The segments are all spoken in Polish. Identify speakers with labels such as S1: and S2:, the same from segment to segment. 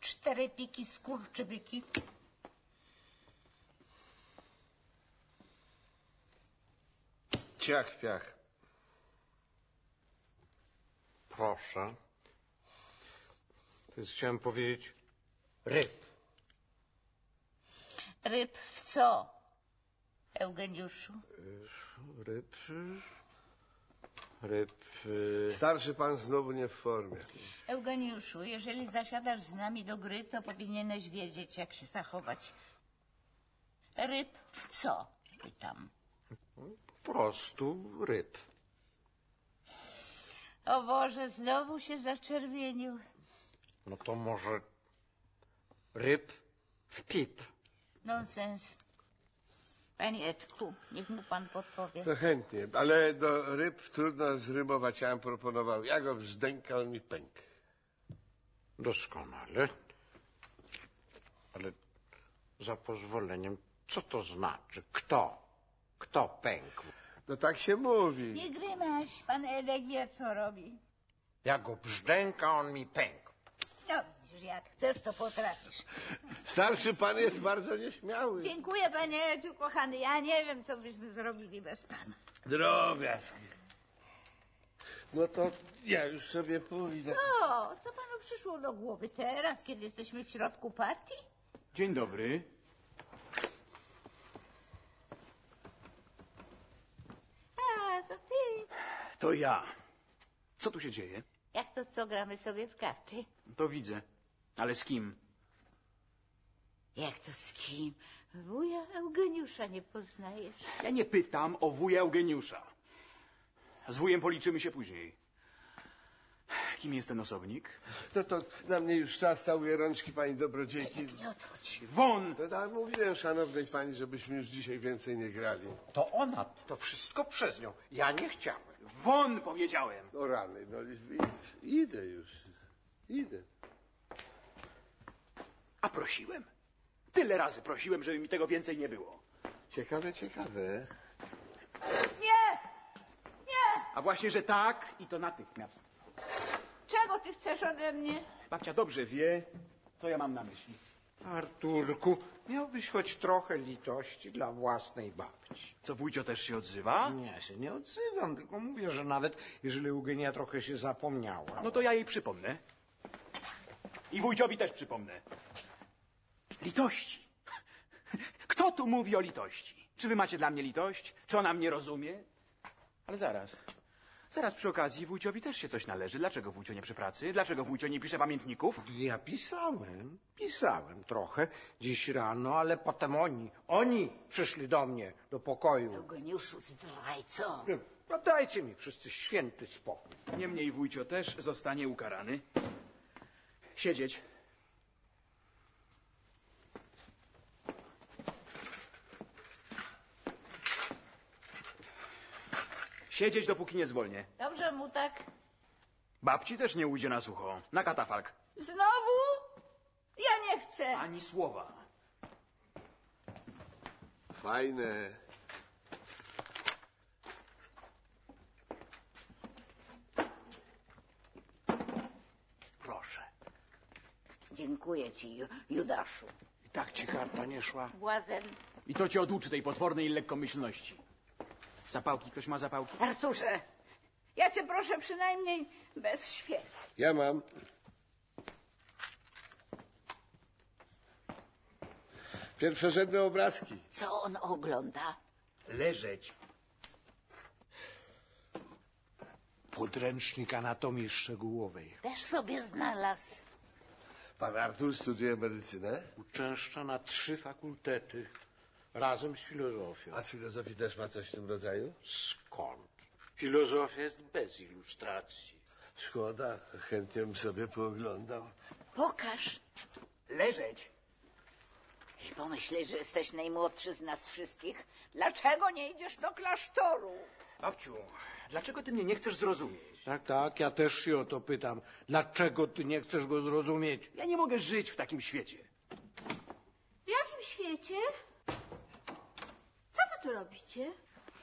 S1: cztery piki skurczybyki.
S2: Ciach, piach. Proszę. To jest, chciałem powiedzieć, ryb.
S1: Ryb w co, Eugeniuszu?
S2: Ryb. Ryb.
S3: Starszy pan znowu nie w formie.
S1: Eugeniuszu, jeżeli zasiadasz z nami do gry, to powinieneś wiedzieć, jak się zachować. Ryb w co? Pytam.
S2: Po prostu ryb.
S1: O Boże, znowu się zaczerwienił.
S2: No to może ryb w pip.
S1: Nonsens. Panie Edku, niech mu pan podpowie.
S3: No chętnie, ale do ryb trudno zrymować. Ja bym proponował. Ja go brzdęka, on mi pęk.
S2: Doskonale. Ale za pozwoleniem, co to znaczy? Kto? Kto pękł?
S3: No tak się mówi.
S1: Nie grymaś, pan Edek wie, co robi.
S2: Ja go brzdęka, on mi pękł.
S1: No widzisz, jak chcesz, to potrafisz.
S3: Starszy pan jest bardzo nieśmiały.
S1: Dziękuję, panie Edziu, kochany. Ja nie wiem, co byśmy zrobili bez pana.
S3: Drobiazg. No to ja już sobie pójdę.
S1: O, co panu przyszło do głowy teraz, kiedy jesteśmy w środku partii?
S4: Dzień dobry.
S1: A, to ty.
S4: To ja. Co tu się dzieje?
S1: Jak to co, gramy sobie w karty?
S4: To widzę. Ale z kim?
S1: Jak to z kim? Wuja Eugeniusza nie poznajesz.
S4: Ja nie pytam o wuja Eugeniusza. Z wujem policzymy się później. Kim jest ten osobnik?
S3: No to na mnie już czas całuje rączki pani dobrodziejki.
S1: Nie odchodź.
S4: Won!
S3: No tak, mówiłem szanownej pani, żebyśmy już dzisiaj więcej nie grali.
S2: To ona, to wszystko przez nią. Ja nie chciałem.
S4: Won powiedziałem!
S3: O rany, no i, i, idę już. Idę.
S4: A prosiłem. Tyle razy prosiłem, żeby mi tego więcej nie było.
S3: Ciekawe, ciekawe.
S1: Nie! Nie!
S4: A właśnie, że tak i to natychmiast.
S1: Czego ty chcesz ode mnie?
S4: Babcia dobrze wie, co ja mam na myśli.
S2: Arturku, miałbyś choć trochę litości dla własnej babci.
S4: Co wujcio też się odzywa?
S2: Nie, ja się nie odzywam, tylko mówię, że nawet jeżeli Eugenia trochę się zapomniała.
S4: No to ja jej przypomnę. I wujciowi też przypomnę. Litości. Kto tu mówi o litości? Czy wy macie dla mnie litość? Czy ona mnie rozumie? Ale zaraz. Zaraz przy okazji wujciowi też się coś należy. Dlaczego wujcio nie przy pracy? Dlaczego wujcio nie pisze pamiętników?
S2: Ja pisałem, pisałem trochę dziś rano, ale potem oni, oni przyszli do mnie, do pokoju.
S1: Eugeniuszu, zdrajco.
S2: No dajcie mi wszyscy święty spokój.
S4: Niemniej wujcio też zostanie ukarany. Siedzieć. Siedzieć, dopóki nie zwolnię.
S1: Dobrze mu tak.
S4: Babci też nie ujdzie na sucho. Na katafalk.
S1: Znowu? Ja nie chcę.
S4: Ani słowa.
S3: Fajne.
S2: Proszę.
S1: Dziękuję ci, Ju- Judaszu.
S2: I tak ci karta nie szła.
S1: Błazen.
S4: I to cię oduczy tej potwornej lekkomyślności. Zapałki? Ktoś ma zapałki?
S1: Arturze, ja cię proszę przynajmniej bez świec.
S3: Ja mam. Pierwszorzędne obrazki.
S1: Co on ogląda?
S2: Leżeć.
S5: Podręcznik anatomii szczegółowej.
S1: Też sobie znalazł.
S3: Pan Artur studiuje medycynę?
S5: Uczęszcza na trzy fakultety razem z filozofią.
S3: A z filozofii też ma coś w tym rodzaju?
S5: skąd? Filozofia jest bez ilustracji.
S3: Szkoda, chętnie bym sobie pooglądał.
S1: Pokaż.
S4: Leżeć.
S1: I pomyśleć, że jesteś najmłodszy z nas wszystkich. Dlaczego nie idziesz do klasztoru?
S4: Babciu, dlaczego ty mnie nie chcesz zrozumieć?
S5: Tak, tak, ja też się o to pytam. Dlaczego ty nie chcesz go zrozumieć?
S4: Ja nie mogę żyć w takim świecie.
S6: W jakim świecie? Co wy tu robicie?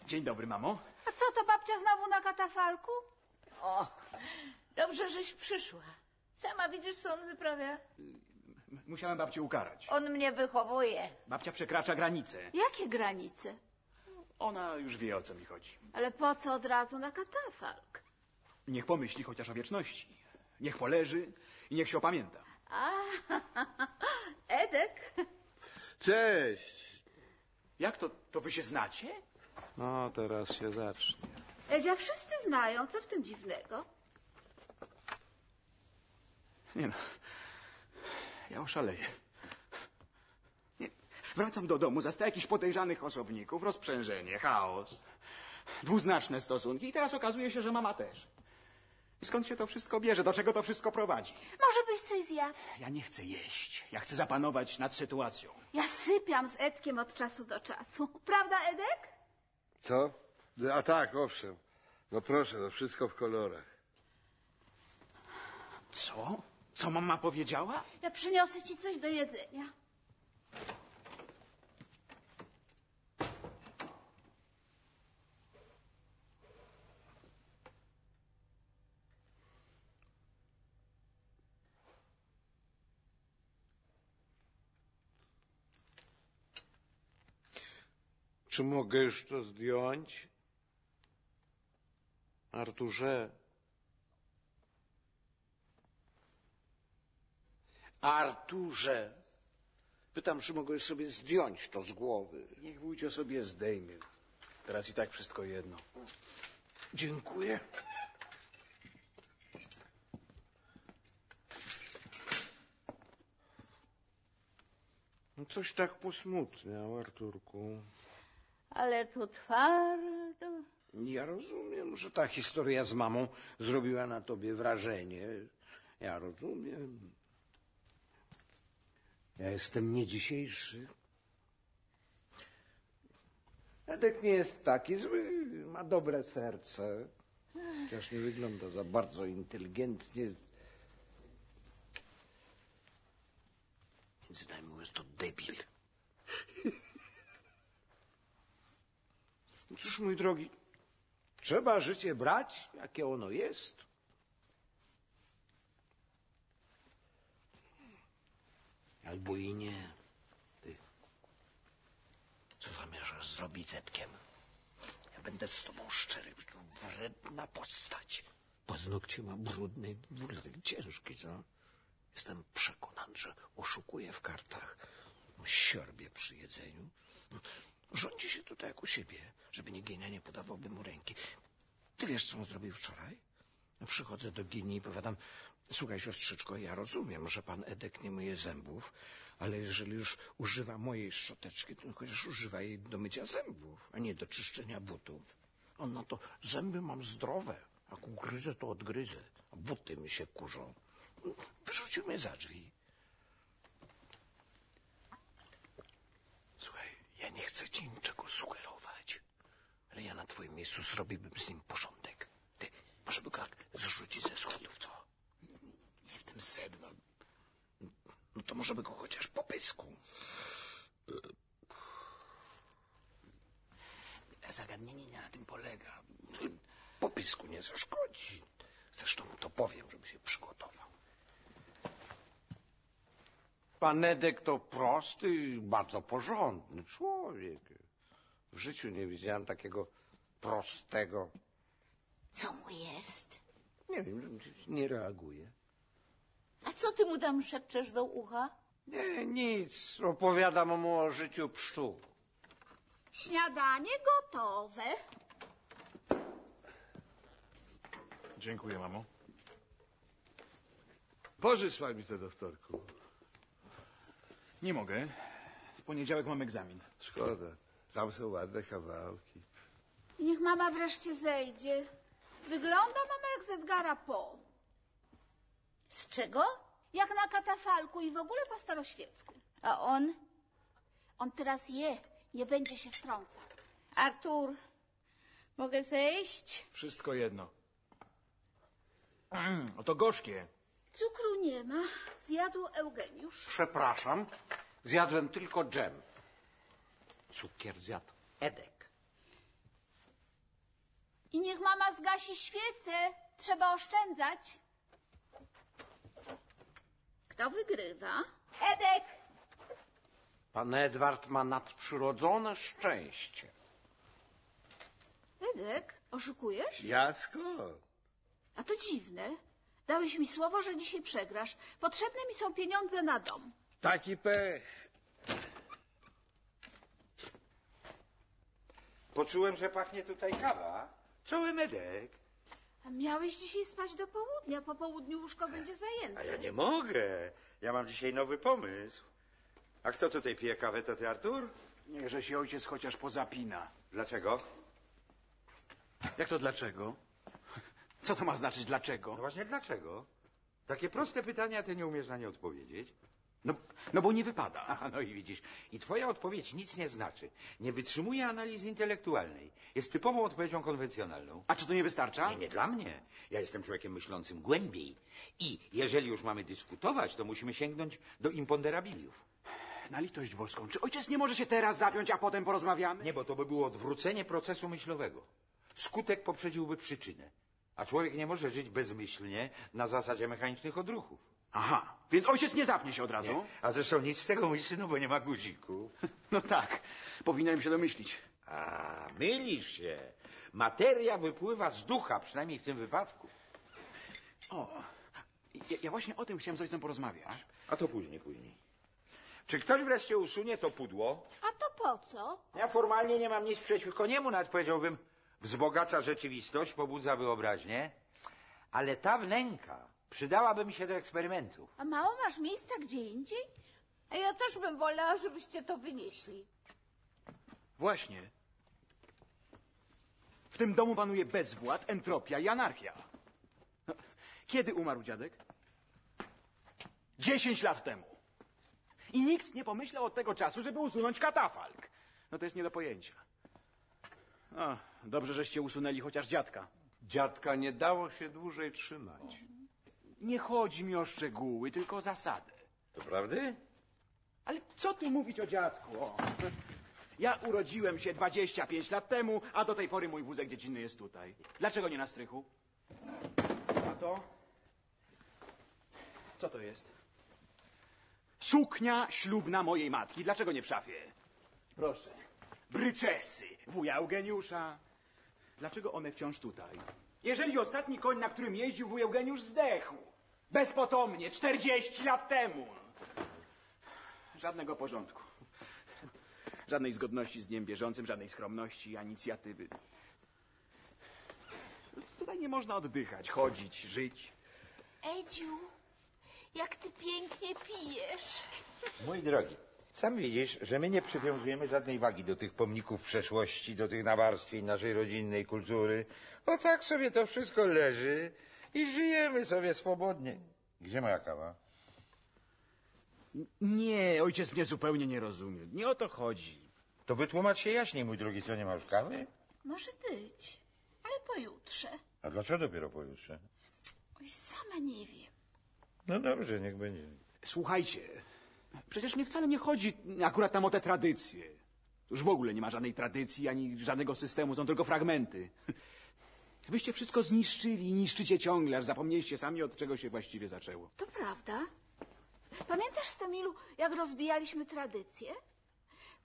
S4: Dzień dobry, mamo.
S6: A co to babcia znowu na katafalku?
S1: O, dobrze, żeś przyszła. Sama widzisz, co on wyprawia.
S4: M- Musiałem babcię ukarać.
S1: On mnie wychowuje.
S4: Babcia przekracza granice.
S7: Jakie granice?
S4: Ona już wie, o co mi chodzi.
S7: Ale po co od razu na katafalk?
S4: Niech pomyśli chociaż o wieczności. Niech poleży i niech się opamięta.
S7: Edek?
S3: Cześć!
S4: Jak to, to wy się znacie?
S5: No, teraz się zacznie.
S7: Edzia wszyscy znają, co w tym dziwnego?
S4: Nie no, ja oszaleję. Nie. Wracam do domu, zastaję jakichś podejrzanych osobników, rozprzężenie, chaos, dwuznaczne stosunki i teraz okazuje się, że mama też. I skąd się to wszystko bierze? Do czego to wszystko prowadzi?
S7: Może byś coś zjadł?
S4: Ja nie chcę jeść. Ja chcę zapanować nad sytuacją.
S7: Ja sypiam z Edkiem od czasu do czasu. Prawda, Edek?
S3: Co? A tak, owszem. No proszę, no wszystko w kolorach.
S4: Co? Co mama powiedziała?
S7: Ja przyniosę ci coś do jedzenia.
S5: Czy mogę już to zdjąć? Arturze. Arturze. Pytam, czy mogłeś sobie zdjąć to z głowy.
S4: Niech wujcio sobie zdejmie. Teraz i tak wszystko jedno.
S5: Dziękuję. No coś tak posmutniał, Arturku.
S1: Ale tu twardo.
S5: Ja rozumiem, że ta historia z mamą zrobiła na tobie wrażenie. Ja rozumiem. Ja jestem nie dzisiejszy. Edek nie jest taki zły, ma dobre serce. Chociaż nie wygląda za bardzo inteligentnie. Więc najmniej jest to debil. No Cóż, mój drogi, trzeba życie brać, jakie ono jest. Albo i nie. Ty, co zamierzasz zrobić z Edkiem? Ja będę z tobą szczery, bo to wredna postać. Paznokcie ma brudny, w ogóle taki ciężki, co? Jestem przekonany, że oszukuje w kartach, siorbie przy jedzeniu. Rządzi się tutaj jak u siebie, żeby nie Gienia nie podawałby mu ręki. Ty wiesz, co on zrobił wczoraj? Przychodzę do Gini i powiadam, słuchaj siostrzyczko, ja rozumiem, że pan Edek nie myje zębów, ale jeżeli już używa mojej szczoteczki, to chociaż używa jej do mycia zębów, a nie do czyszczenia butów. On na to, zęby mam zdrowe, jak ugryzę, to odgryzę, a buty mi się kurzą. Wyrzucił mnie za drzwi. Słuchaj, ja nie chcę ci niczego sugerować, ale ja na twoim miejscu zrobiłbym z nim porządek. Ty, może by go tak zrzucić ze schodów, co? Nie w tym sedno. No to może by go chociaż po pysku. Zagadnienie nie na tym polega. Po pysku nie zaszkodzi. Zresztą mu to powiem, żeby się przygotował.
S8: Pan Edek to prosty i bardzo porządny człowiek. W życiu nie widziałem takiego prostego.
S1: Co mu jest?
S8: Nie wiem, nie reaguje.
S1: A co ty mu tam szepczesz do ucha?
S8: Nie, nic. Opowiadam mu o życiu pszczół.
S7: Śniadanie gotowe.
S9: Dziękuję, mamo.
S3: Pożycz pan mi to do wtorku.
S4: Nie mogę. W poniedziałek mam egzamin.
S3: Szkoda. Tam są ładne kawałki.
S7: I niech mama wreszcie zejdzie. Wygląda mama jak z Edgara Po.
S1: Z czego?
S7: Jak na katafalku i w ogóle po staroświecku.
S1: A on?
S7: On teraz je, nie będzie się wtrącał.
S1: Artur, mogę zejść?
S4: Wszystko jedno. Mm, o to gorzkie.
S7: Cukru nie ma, zjadł Eugeniusz.
S8: Przepraszam, zjadłem tylko dżem. Cukier zjadł Edek.
S7: I niech mama zgasi świecę, trzeba oszczędzać. Kto wygrywa?
S1: Edek!
S5: Pan Edward ma nadprzyrodzone szczęście.
S7: Edek, oszukujesz?
S3: Ja skąd?
S7: A to dziwne. Dałeś mi słowo, że dzisiaj przegrasz. Potrzebne mi są pieniądze na dom.
S3: Taki pech.
S5: Poczułem, że pachnie tutaj kawa.
S2: Cały Edek.
S7: A miałeś dzisiaj spać do południa. Po południu łóżko będzie zajęte.
S2: A ja nie mogę. Ja mam dzisiaj nowy pomysł. A kto tutaj pije kawę, to ty, Artur?
S4: Niechże się ojciec chociaż pozapina.
S2: Dlaczego?
S4: Jak to dlaczego? Co to ma znaczyć dlaczego?
S2: No właśnie dlaczego? Takie proste pytania, ty nie umiesz na nie odpowiedzieć.
S4: No, no bo nie wypada.
S2: Aha, no i widzisz. I twoja odpowiedź nic nie znaczy. Nie wytrzymuje analizy intelektualnej. Jest typową odpowiedzią konwencjonalną.
S4: A czy to nie wystarcza?
S2: Nie, nie dla mnie. Ja jestem człowiekiem myślącym głębiej. I jeżeli już mamy dyskutować, to musimy sięgnąć do imponderabiliów.
S4: Na litość boską. Czy ojciec nie może się teraz zapiąć, a potem porozmawiamy?
S2: Nie, bo to by było odwrócenie procesu myślowego. Skutek poprzedziłby przyczynę. A człowiek nie może żyć bezmyślnie na zasadzie mechanicznych odruchów.
S4: Aha, więc ojciec nie zapnie się od razu?
S2: Nie? A zresztą nic z tego, mój synu, bo nie ma guzików.
S4: No tak, powinienem się domyślić.
S2: A, mylisz się. Materia wypływa z ducha, przynajmniej w tym wypadku.
S4: O, ja, ja właśnie o tym chciałem z ojcem porozmawiać.
S2: A to później, później. Czy ktoś wreszcie usunie to pudło?
S7: A to po co?
S2: Ja formalnie nie mam nic przeciwko niemu, nawet powiedziałbym, wzbogaca rzeczywistość, pobudza wyobraźnię, ale ta wnęka przydałaby mi się do eksperymentów.
S7: A mało masz miejsca gdzie indziej?
S10: A ja też bym wolała, żebyście to wynieśli.
S4: Właśnie. W tym domu panuje bezwład, entropia i anarchia. No, Kiedy umarł dziadek? Dziesięć lat temu. I nikt nie pomyślał od tego czasu, żeby usunąć katafalk. No to jest nie do pojęcia. O, dobrze, żeście usunęli chociaż dziadka.
S5: Dziadka nie dało się dłużej trzymać.
S4: Nie chodzi mi o szczegóły, tylko o zasadę.
S2: To prawdy?
S4: Ale co tu mówić o dziadku? O. Ja urodziłem się 25 lat temu, a do tej pory mój wózek dziecinny jest tutaj. Dlaczego nie na strychu? A to? Co to jest? Suknia ślubna mojej matki. Dlaczego nie w szafie? Proszę. Bryczesy wuja Eugeniusza. Dlaczego one wciąż tutaj? Jeżeli ostatni koń, na którym jeździł wuj Eugeniusz, zdechł. Bezpotomnie, 40 lat temu. Żadnego porządku. Żadnej zgodności z dniem bieżącym, żadnej skromności, ani inicjatywy. Tutaj nie można oddychać, chodzić, żyć.
S7: Edziu, jak ty pięknie pijesz.
S2: Mój drogi, sam widzisz, że my nie przywiązujemy żadnej wagi do tych pomników przeszłości, do tych nawarstwień naszej rodzinnej kultury. O tak sobie to wszystko leży i żyjemy sobie swobodnie. Gdzie moja kawa?
S4: Nie, ojciec mnie zupełnie nie rozumie. Nie o to chodzi.
S2: To wytłumacz się jaśniej, mój drogi, co nie ma już kawy?
S7: Może być, ale pojutrze.
S2: A dlaczego dopiero pojutrze?
S7: Oj, sama nie wiem.
S2: No dobrze, niech będzie.
S4: Słuchajcie, przecież mnie wcale nie chodzi akurat tam o te tradycje. Już w ogóle nie ma żadnej tradycji ani żadnego systemu, są tylko fragmenty. Wyście wszystko zniszczyli i niszczycie ciągle, aż zapomnieliście sami, od czego się właściwie zaczęło.
S7: To prawda. Pamiętasz, Stamilu, jak rozbijaliśmy tradycję?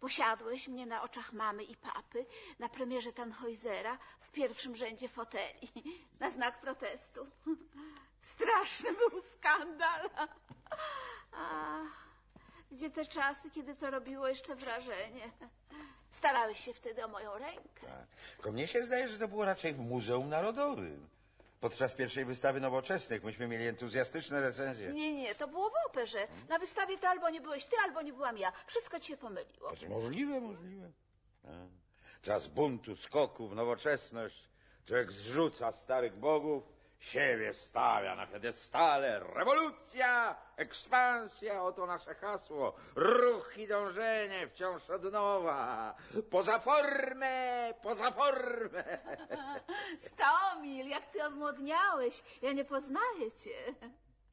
S7: Posiadłeś mnie na oczach mamy i papy na premierze Tannhäusera w pierwszym rzędzie foteli na znak protestu. Straszny był skandal. Ach, gdzie te czasy, kiedy to robiło jeszcze wrażenie? Starałeś się wtedy o moją rękę.
S2: Tak. Tylko mnie się zdaje, że to było raczej w Muzeum Narodowym. Podczas pierwszej wystawy nowoczesnych myśmy mieli entuzjastyczne recenzje.
S7: Nie, nie, to było w operze. Na wystawie to albo nie byłeś ty, albo nie byłam ja. Wszystko ci się pomyliło.
S2: Znaczy, możliwe, możliwe. A. Czas buntu, skoków, nowoczesność. Człowiek zrzuca starych bogów, siebie stawia na piedestale. Rewolucja, ekspansja, oto nasze hasło. Ruch i dążenie wciąż od nowa. Poza formę, poza formę.
S7: Stomil, jak ty odmłodniałeś. Ja nie poznaję cię.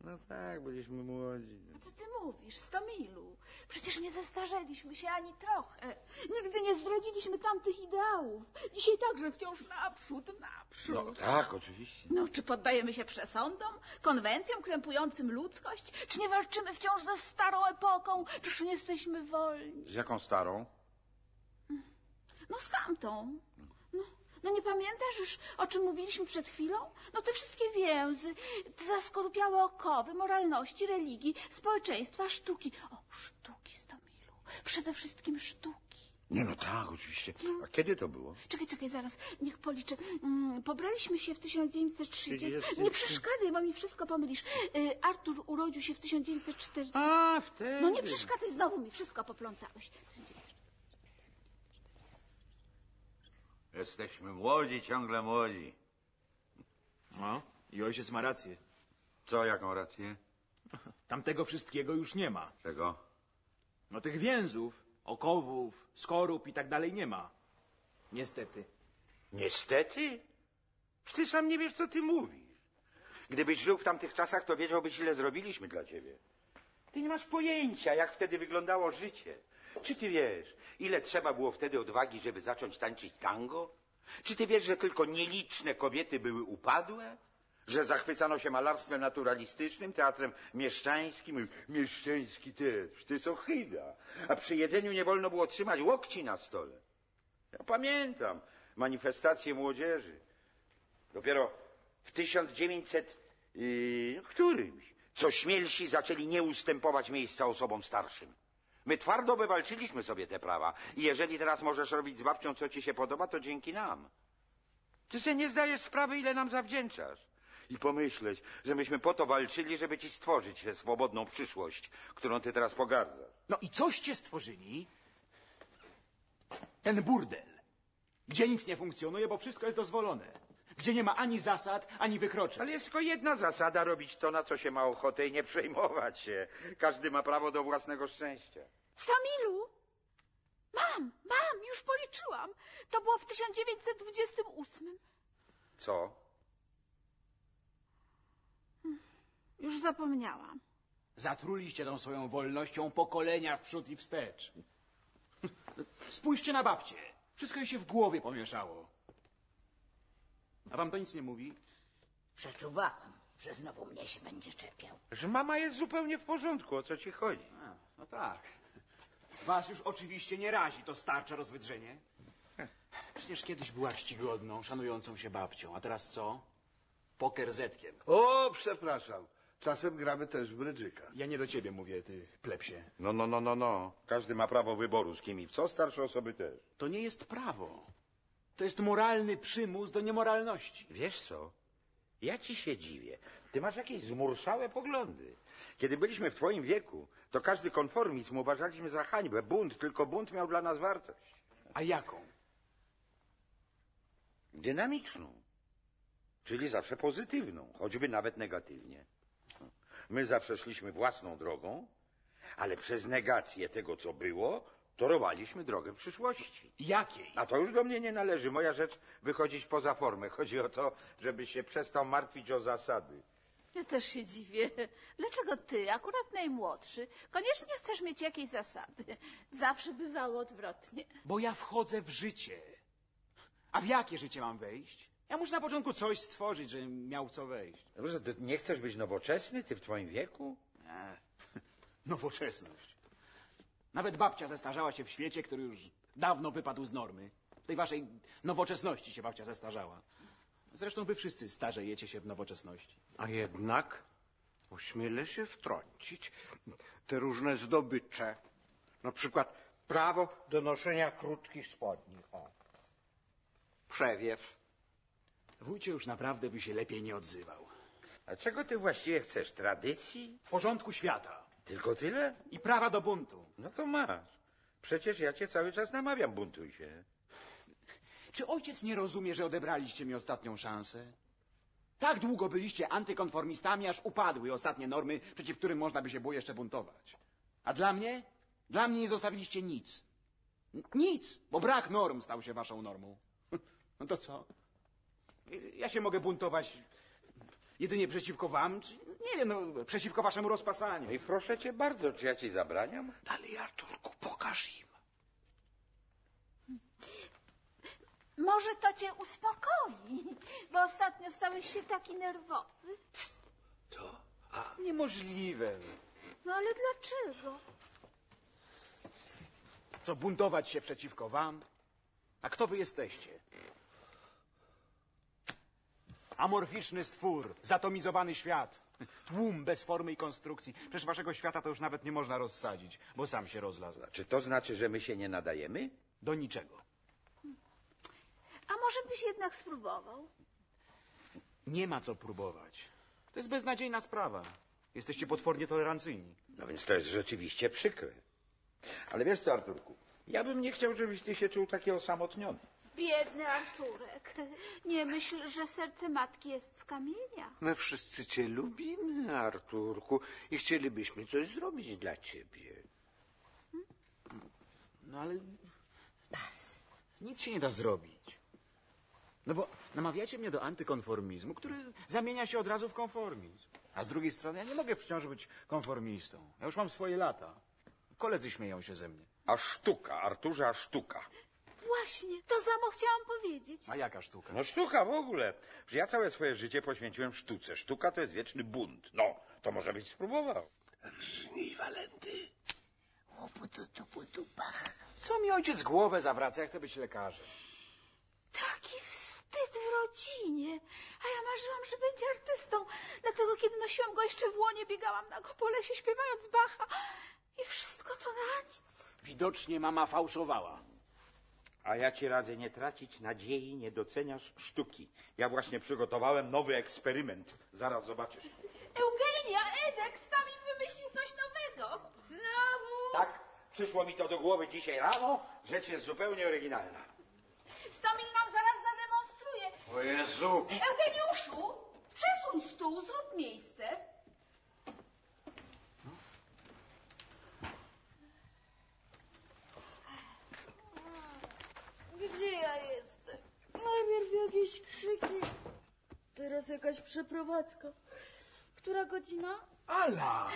S2: No tak, byliśmy młodzi.
S7: A co ty mówisz, Stomilu? Przecież nie zestarzeliśmy się ani trochę. Nigdy nie zdradziliśmy tamtych ideałów. Dzisiaj także wciąż naprzód, naprzód.
S2: No tak, oczywiście.
S7: No, czy poddajemy się przesądom, konwencjom krępującym ludzkość? Czy nie walczymy wciąż ze starą epoką? Czyż nie jesteśmy wolni?
S2: Z jaką starą?
S7: No, z tamtą. No, no nie pamiętasz już, o czym mówiliśmy przed chwilą? No te wszystkie więzy, te zaskorupiałe okowy, moralności, religii, społeczeństwa, sztuki. O, sztuki, Stomilu. Przede wszystkim sztuki.
S2: Nie, no tak, oczywiście. A kiedy to było?
S7: Czekaj, czekaj, zaraz, niech policzę. Mm, pobraliśmy się w 1930...
S2: 30.
S7: Nie przeszkadzaj, bo mi wszystko pomylisz. Y, Artur urodził się w 1940...
S2: A, wtedy.
S7: No nie przeszkadzaj, znowu mi wszystko poplątałeś.
S11: Jesteśmy młodzi, ciągle młodzi.
S4: No, i ojciec ma rację.
S11: Co, jaką rację?
S4: Tamtego wszystkiego już nie ma.
S11: Czego?
S4: No tych więzów, okowów, skorup i tak dalej nie ma. Niestety.
S2: Niestety. Ty sam nie wiesz, co ty mówisz. Gdybyś żył w tamtych czasach, to wiedziałbyś, ile zrobiliśmy dla ciebie. Ty nie masz pojęcia, jak wtedy wyglądało życie. Czy ty wiesz, ile trzeba było wtedy odwagi, żeby zacząć tańczyć tango? Czy ty wiesz, że tylko nieliczne kobiety były upadłe? Że zachwycano się malarstwem naturalistycznym, teatrem mieszczańskim, mieszczański teatr, to jest ochyda. A przy jedzeniu nie wolno było trzymać łokci na stole. Ja pamiętam manifestacje młodzieży. Dopiero w 1900 yy, którymś co śmielsi zaczęli nie ustępować miejsca osobom starszym. My twardo wywalczyliśmy sobie te prawa i jeżeli teraz możesz robić z babcią co ci się podoba, to dzięki nam. Ty sobie nie zdajesz sprawy, ile nam zawdzięczasz. I pomyśleć, że myśmy po to walczyli, żeby ci stworzyć tę swobodną przyszłość, którą ty teraz pogardzasz.
S4: No i coście stworzyli? Ten burdel, gdzie nic nie funkcjonuje, bo wszystko jest dozwolone. Gdzie nie ma ani zasad, ani wykroczeń.
S2: Ale jest tylko jedna zasada robić to, na co się ma ochotę i nie przejmować się. Każdy ma prawo do własnego szczęścia.
S7: Stamilu! Mam, mam, już policzyłam. To było w 1928.
S2: Co?
S7: Już zapomniałam.
S4: Zatruliście tą swoją wolnością pokolenia w przód i wstecz. Spójrzcie na babcie. Wszystko jej się w głowie pomieszało. A wam to nic nie mówi?
S1: Przeczuwałam, że znowu mnie się będzie czepiał.
S2: Że mama jest zupełnie w porządku, o co ci chodzi?
S4: A, no tak. Was już oczywiście nie razi to starcze rozwydrzenie. Przecież kiedyś była czcigodną, szanującą się babcią, a teraz co? Poker zetkiem.
S3: O, przepraszam. Czasem gramy też w brydżyka.
S4: Ja nie do ciebie mówię, ty plepsie.
S2: No, no, no, no, no. Każdy ma prawo wyboru z kim i w co, starsze osoby też.
S4: To nie jest prawo. To jest moralny przymus do niemoralności.
S2: Wiesz co? Ja ci się dziwię. Ty masz jakieś zmurszałe poglądy. Kiedy byliśmy w twoim wieku, to każdy konformizm uważaliśmy za hańbę. Bunt, tylko bunt miał dla nas wartość.
S4: A jaką?
S2: Dynamiczną. Czyli zawsze pozytywną, choćby nawet negatywnie. My zawsze szliśmy własną drogą, ale przez negację tego, co było, torowaliśmy drogę przyszłości.
S4: Jakiej?
S2: A to już do mnie nie należy. Moja rzecz wychodzić poza formę. Chodzi o to, żeby się przestał martwić o zasady.
S7: Ja też się dziwię. Dlaczego ty, akurat najmłodszy, koniecznie chcesz mieć jakieś zasady? Zawsze bywało odwrotnie.
S4: Bo ja wchodzę w życie. A w jakie życie mam wejść? Ja muszę na początku coś stworzyć, żebym miał w co wejść.
S2: Dobrze, ty nie chcesz być nowoczesny, ty w twoim wieku?
S4: Nowoczesność. Nawet babcia zestarzała się w świecie, który już dawno wypadł z normy. W tej waszej nowoczesności się babcia zestarzała. Zresztą wy wszyscy starzejecie się w nowoczesności.
S2: A jednak ośmielę się wtrącić te różne zdobycze. Na przykład prawo do noszenia krótkich spodni. O. Przewiew.
S4: Wójcie już naprawdę by się lepiej nie odzywał.
S2: A czego ty właściwie chcesz? Tradycji?
S4: W porządku świata
S2: Tylko tyle?
S4: i prawa do buntu.
S2: No to masz. Przecież ja cię cały czas namawiam, buntuj się.
S4: Czy ojciec nie rozumie, że odebraliście mi ostatnią szansę? Tak długo byliście antykonformistami, aż upadły ostatnie normy, przeciw którym można by się było jeszcze buntować. A dla mnie? Dla mnie nie zostawiliście nic. N- Nic, bo brak norm stał się waszą normą. No to co? Ja się mogę buntować jedynie przeciwko wam, czy Nie wiem, no, przeciwko waszemu rozpasaniu.
S2: No i proszę cię bardzo, czy ja ci zabraniam?
S5: Dalej, Arturku, pokaż im.
S6: Może to cię uspokoi, bo ostatnio stałeś się taki nerwowy.
S5: To? A,
S4: Niemożliwe.
S6: No ale dlaczego?
S4: Co, buntować się przeciwko wam? A kto wy jesteście? Amorficzny stwór, zatomizowany świat, tłum bez formy i konstrukcji. Przecież waszego świata to już nawet nie można rozsadzić, bo sam się rozlazł.
S2: Czy to znaczy, że my się nie nadajemy?
S4: Do niczego.
S6: A może byś jednak spróbował?
S4: Nie ma co próbować. To jest beznadziejna sprawa. Jesteście potwornie tolerancyjni.
S2: No więc to jest rzeczywiście przykre. Ale wiesz co, Arturku, ja bym nie chciał, żebyś ty się czuł taki osamotniony.
S6: Biedny Arturek. Nie myśl, że serce matki jest z kamienia.
S5: my wszyscy cię lubimy, Arturku, i chcielibyśmy coś zrobić dla ciebie.
S4: No ale. Nic się nie da zrobić. No bo namawiacie mnie do antykonformizmu, który zamienia się od razu w konformizm. A z drugiej strony ja nie mogę wciąż być konformistą. Ja już mam swoje lata. Koledzy śmieją się ze mnie.
S2: A sztuka, Arturze, a sztuka.
S6: Właśnie, to samo chciałam powiedzieć.
S4: A jaka sztuka?
S2: No sztuka w ogóle. Że ja całe swoje życie poświęciłem sztuce. Sztuka to jest wieczny bunt. No, to może być spróbował.
S5: Brzmi, Walenty.
S4: Co mi ojciec głowę zawraca? Ja chcę być lekarzem.
S6: Taki wstyd w rodzinie. A ja marzyłam, że będzie artystą. Dlatego, kiedy nosiłam go jeszcze w łonie, biegałam na go po lesie, śpiewając Bacha. I wszystko to na nic.
S4: Widocznie mama fałszowała.
S2: A ja ci radzę nie tracić nadziei, nie doceniasz sztuki. Ja właśnie przygotowałem nowy eksperyment. Zaraz zobaczysz.
S6: Eugenia, Edek, sam im wymyślił coś nowego. Znowu?
S2: Tak, przyszło mi to do głowy dzisiaj rano. Rzecz jest zupełnie oryginalna.
S6: Stamil nam zaraz zademonstruje.
S2: O Jezu!
S6: Eugeniuszu, przesuń stół, zrób miejsce.
S7: Gdzie ja jestem? Najpierw jakieś krzyki, teraz jakaś przeprowadzka. Która godzina?
S4: Ala!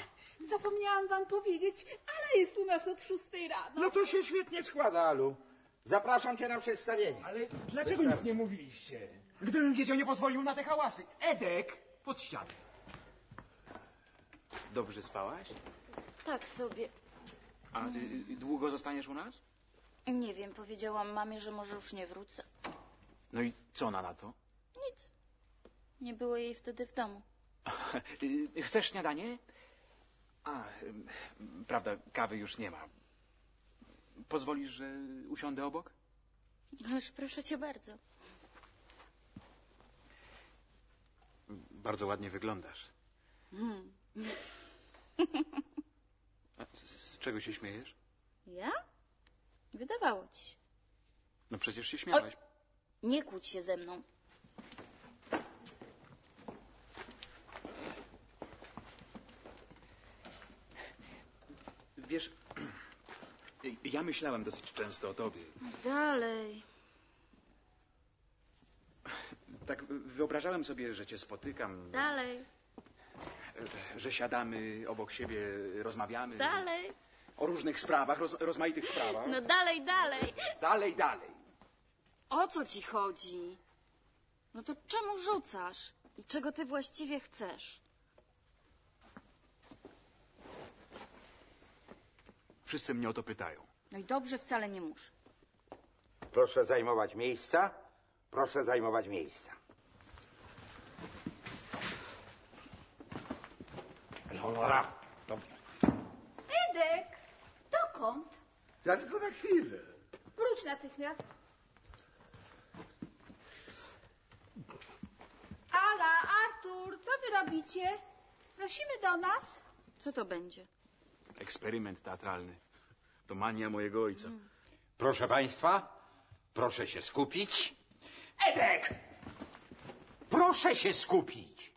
S6: Zapomniałam wam powiedzieć, ale jest u nas od szóstej rano.
S2: No to się świetnie składa, Alu. Zapraszam cię na przedstawienie.
S4: Ale dlaczego nic nie mówiliście? Gdybym wiedział, nie pozwolił na te hałasy. Edek! Pod ścianę. Dobrze spałaś?
S7: Tak sobie.
S4: A y, długo zostaniesz u nas?
S7: Nie wiem, powiedziałam mamie, że może już nie wrócę.
S4: No i co ona na to?
S7: Nic. Nie było jej wtedy w domu.
S4: Y, Chcesz śniadanie? A, ym, prawda, kawy już nie ma. Pozwolisz, że usiądę obok?
S7: Ależ proszę cię bardzo.
S4: Bardzo ładnie wyglądasz.
S7: Hmm.
S4: A z- z czego się śmiejesz?
S7: Ja? Wydawało ci się.
S4: No przecież się śmiałaś.
S7: Nie kłóć się ze mną.
S4: Wiesz, ja myślałem dosyć często o tobie.
S7: Dalej.
S4: Tak wyobrażałem sobie, że cię spotykam,
S7: Dalej.
S4: że siadamy obok siebie, rozmawiamy
S7: Dalej.
S4: o różnych sprawach, roz, rozmaitych sprawach.
S7: No dalej, dalej.
S4: Dalej, dalej.
S7: O co ci chodzi? No to czemu rzucasz? I czego ty właściwie chcesz?
S4: Wszyscy mnie o to pytają.
S7: No i dobrze, wcale nie muszę.
S2: Proszę zajmować miejsca. Proszę zajmować miejsca. Leonora, to
S6: Edek, dokąd?
S3: Ja tylko na chwilę.
S6: Wróć natychmiast. Ala, Artur, co wy robicie? Prosimy do nas.
S7: Co to będzie?
S4: Eksperyment teatralny. To mania mojego ojca.
S2: Proszę państwa, proszę się skupić. Edek! Proszę się skupić!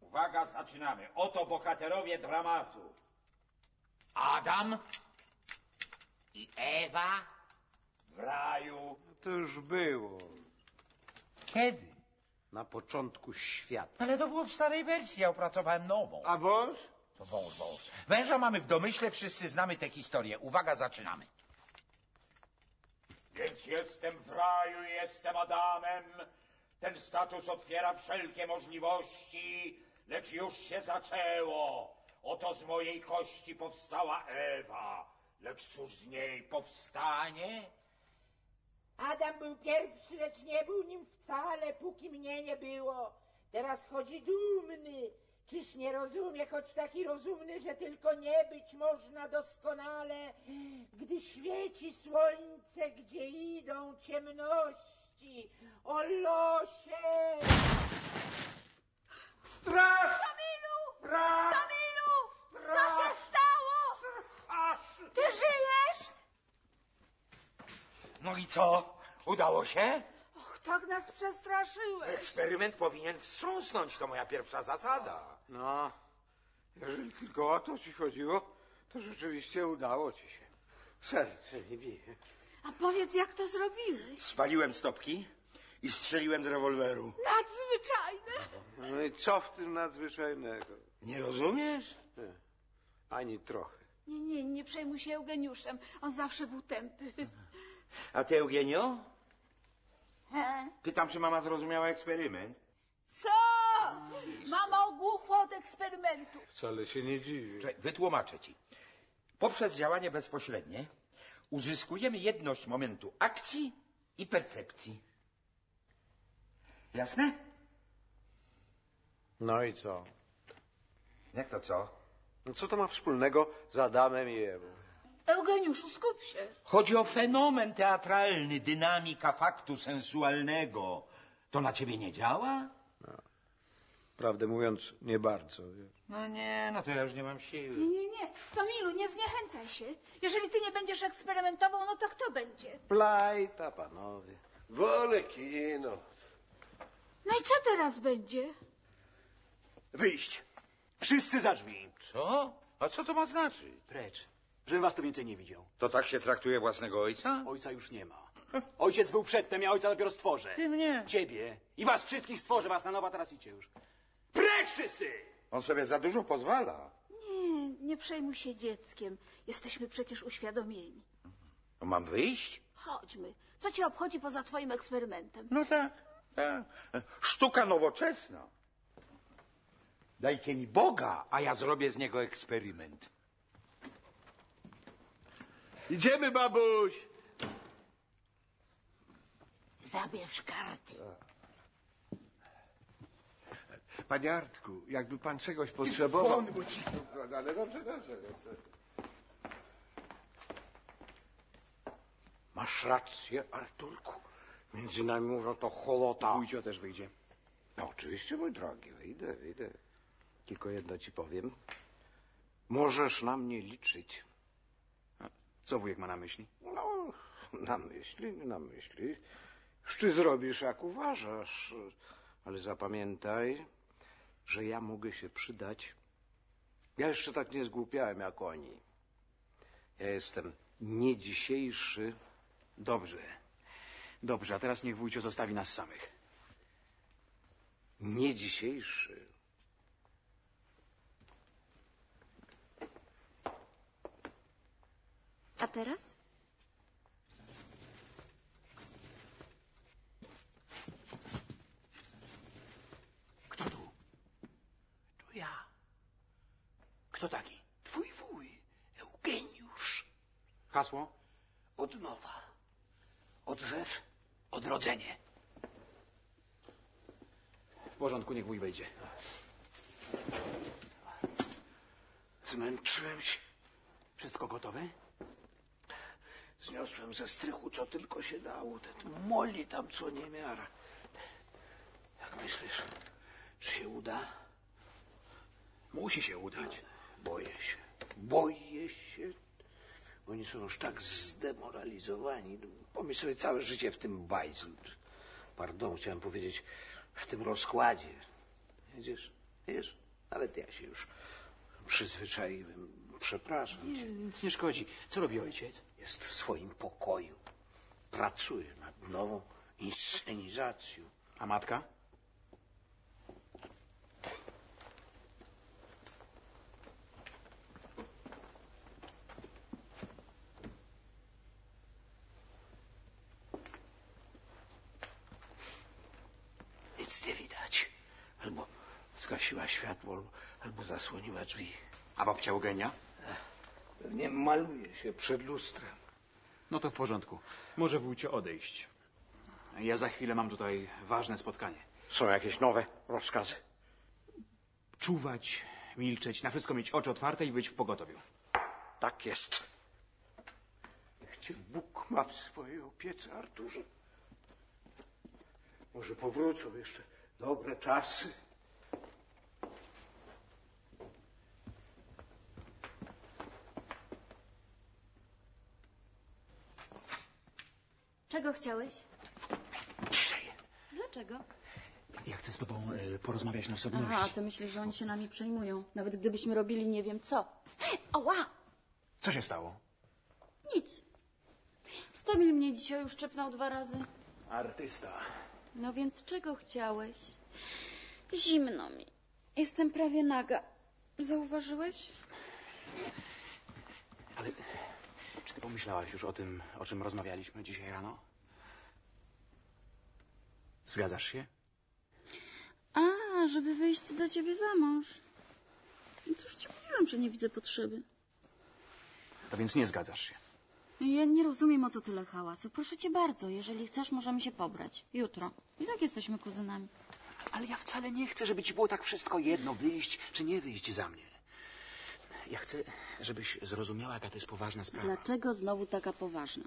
S2: Uwaga, zaczynamy. Oto bohaterowie dramatu.
S5: Adam i Ewa.
S2: W raju.
S12: To już było.
S5: Kiedy? na początku świata.
S13: Ale to było w starej wersji, ja opracowałem nową.
S3: A wąż?
S13: To wąż, wąż. Węża mamy w domyśle, wszyscy znamy tę historię. Uwaga, zaczynamy.
S2: Więc jestem w raju, jestem Adamem. Ten status otwiera wszelkie możliwości, lecz już się zaczęło. Oto z mojej kości powstała Ewa. Lecz cóż z niej powstanie?
S14: Adam był pierwszy, lecz nie był nim wcale, póki mnie nie było. Teraz chodzi dumny. Czyż nie rozumie, choć taki rozumny, że tylko nie być można doskonale, gdy świeci słońce, gdzie idą ciemności. O losie!
S2: Straż!
S7: Tomilu!
S2: Straż!
S7: Tomilu! Co
S2: Straż!
S7: się stało? Ty żyjesz?
S2: No i co? Udało się?
S7: Och, tak nas przestraszyłeś.
S2: Eksperyment powinien wstrząsnąć, to moja pierwsza zasada.
S5: No, jeżeli tylko o to ci chodziło, to rzeczywiście udało ci się. Serce mi bije.
S7: A powiedz, jak to zrobiłeś?
S2: Spaliłem stopki i strzeliłem z rewolweru.
S7: Nadzwyczajne!
S5: No i co w tym nadzwyczajnego?
S2: Nie rozumiesz?
S5: Nie, ani trochę.
S7: Nie, nie, nie przejmuj się Eugeniuszem. On zawsze był tępy.
S2: A ty, Eugenio?
S7: He?
S2: Pytam, czy mama zrozumiała eksperyment.
S7: Co? Mama ogłuchła od eksperymentu.
S2: Wcale się nie dziwię. Czekaj, wytłumaczę ci. Poprzez działanie bezpośrednie uzyskujemy jedność momentu akcji i percepcji. Jasne?
S5: No i co?
S2: Jak to co?
S5: No co to ma wspólnego z Adamem i Ewą?
S7: Eugeniuszu, skup się.
S2: Chodzi o fenomen teatralny, dynamika faktu sensualnego. To na ciebie nie działa?
S5: No. Prawdę mówiąc, nie bardzo. wiesz.
S2: No nie, no to ja już nie mam siły.
S7: Nie, nie, nie. Stomilu, nie zniechęcaj się. Jeżeli ty nie będziesz eksperymentował, no to kto będzie?
S5: Plajta, panowie.
S3: Wolę kino.
S7: No i co teraz będzie?
S4: Wyjść. Wszyscy za drzwi.
S2: Co? A co to ma znaczyć?
S4: Precz. Żebym was tu więcej nie widział.
S2: To tak się traktuje własnego ojca?
S4: Ojca już nie ma. Ojciec był przedtem, ja ojca dopiero stworzę.
S2: Ty mnie.
S4: Ciebie. I was wszystkich stworzę, was na nowa, teraz idźcie już. Precz wszyscy!
S2: On sobie za dużo pozwala.
S7: Nie, nie przejmuj się dzieckiem. Jesteśmy przecież uświadomieni.
S2: No Mam wyjść?
S7: Chodźmy. Co cię obchodzi poza twoim eksperymentem?
S2: No tak, tak. Sztuka nowoczesna. Dajcie mi Boga, a ja zrobię z niego eksperyment.
S3: Idziemy, babuś!
S14: Zabierz karty.
S3: Panie Artku, jakby pan czegoś potrzebował...
S2: dzwon, bo ci-
S3: No, Ale dobrze, dobrze. dobrze.
S5: Masz rację, Arturku. Między nami mówią to holota.
S4: Wójcio też wyjdzie.
S5: No, oczywiście, mój drogi, wyjdę, wyjdę. Tylko jedno ci powiem. Możesz na mnie liczyć.
S4: Co wujek ma na myśli?
S5: No, na myśli, na myśli. Czy zrobisz, jak uważasz. Ale zapamiętaj, że ja mogę się przydać. Ja jeszcze tak nie zgłupiałem jak oni. Ja jestem nie dzisiejszy.
S4: Dobrze. Dobrze, a teraz niech wujcio zostawi nas samych.
S5: Nie dzisiejszy.
S7: A teraz?
S4: Kto tu? To ja. Kto taki?
S5: Twój wuj, Eugeniusz.
S4: Hasło?
S5: Od nowa. Odzew. Odrodzenie.
S4: W porządku, niech wuj wejdzie.
S5: Zmęczyłem się.
S4: Wszystko gotowe?
S5: Zniosłem ze strychu, co tylko się dało. Ten moli tam, co nie miara. Jak myślisz, czy się uda?
S4: Musi się udać.
S5: Boję się. Boję się. Oni są już tak zdemoralizowani. Pomyśl sobie całe życie w tym bajzlu. Pardon, chciałem powiedzieć, w tym rozkładzie. Widzisz, wiesz, nawet ja się już przyzwyczaiłem. Przepraszam cię.
S4: Nie, nic nie szkodzi. Co robi ojciec?
S5: Jest w swoim pokoju. Pracuje nad nową inscenizacją.
S4: A matka?
S5: nic nie widać. Albo zgasiła światło, albo- albo zasłoniła drzwi. A babcia Eugenia? Pewnie maluje się przed lustrem.
S4: No to w porządku. Może wójcie odejść. Ja za chwilę mam tutaj ważne spotkanie.
S2: Są jakieś nowe rozkazy?
S4: Czuwać, milczeć, na wszystko mieć oczy otwarte i być w pogotowiu.
S5: Tak jest. Niech cię Bóg ma w swojej opiece, Arturze. Może powrócą jeszcze dobre czasy.
S7: Czego chciałeś?
S4: Ciszej.
S7: Dlaczego?
S4: Ja chcę z tobą e, porozmawiać na osobności.
S7: Aha, ty myślisz, że oni się nami przejmują. Nawet gdybyśmy robili nie wiem co. Oła!
S4: Co się stało?
S7: Nic. Stomil mnie dzisiaj już czepnął dwa razy.
S4: Artysta.
S7: No więc czego chciałeś? Zimno mi. Jestem prawie naga. Zauważyłeś?
S4: Ale czy ty pomyślałaś już o tym, o czym rozmawialiśmy dzisiaj rano? Zgadzasz się?
S7: A, żeby wyjść za ciebie za mąż. No to już ci mówiłam, że nie widzę potrzeby.
S4: To więc nie zgadzasz się.
S7: Ja nie rozumiem, o co tyle hałasu. Proszę cię bardzo, jeżeli chcesz, możemy się pobrać. Jutro. I tak jesteśmy kuzynami.
S4: Ale ja wcale nie chcę, żeby ci było tak wszystko jedno, wyjść czy nie wyjść za mnie. Ja chcę, żebyś zrozumiała, jaka to jest poważna sprawa.
S7: Dlaczego znowu taka poważna?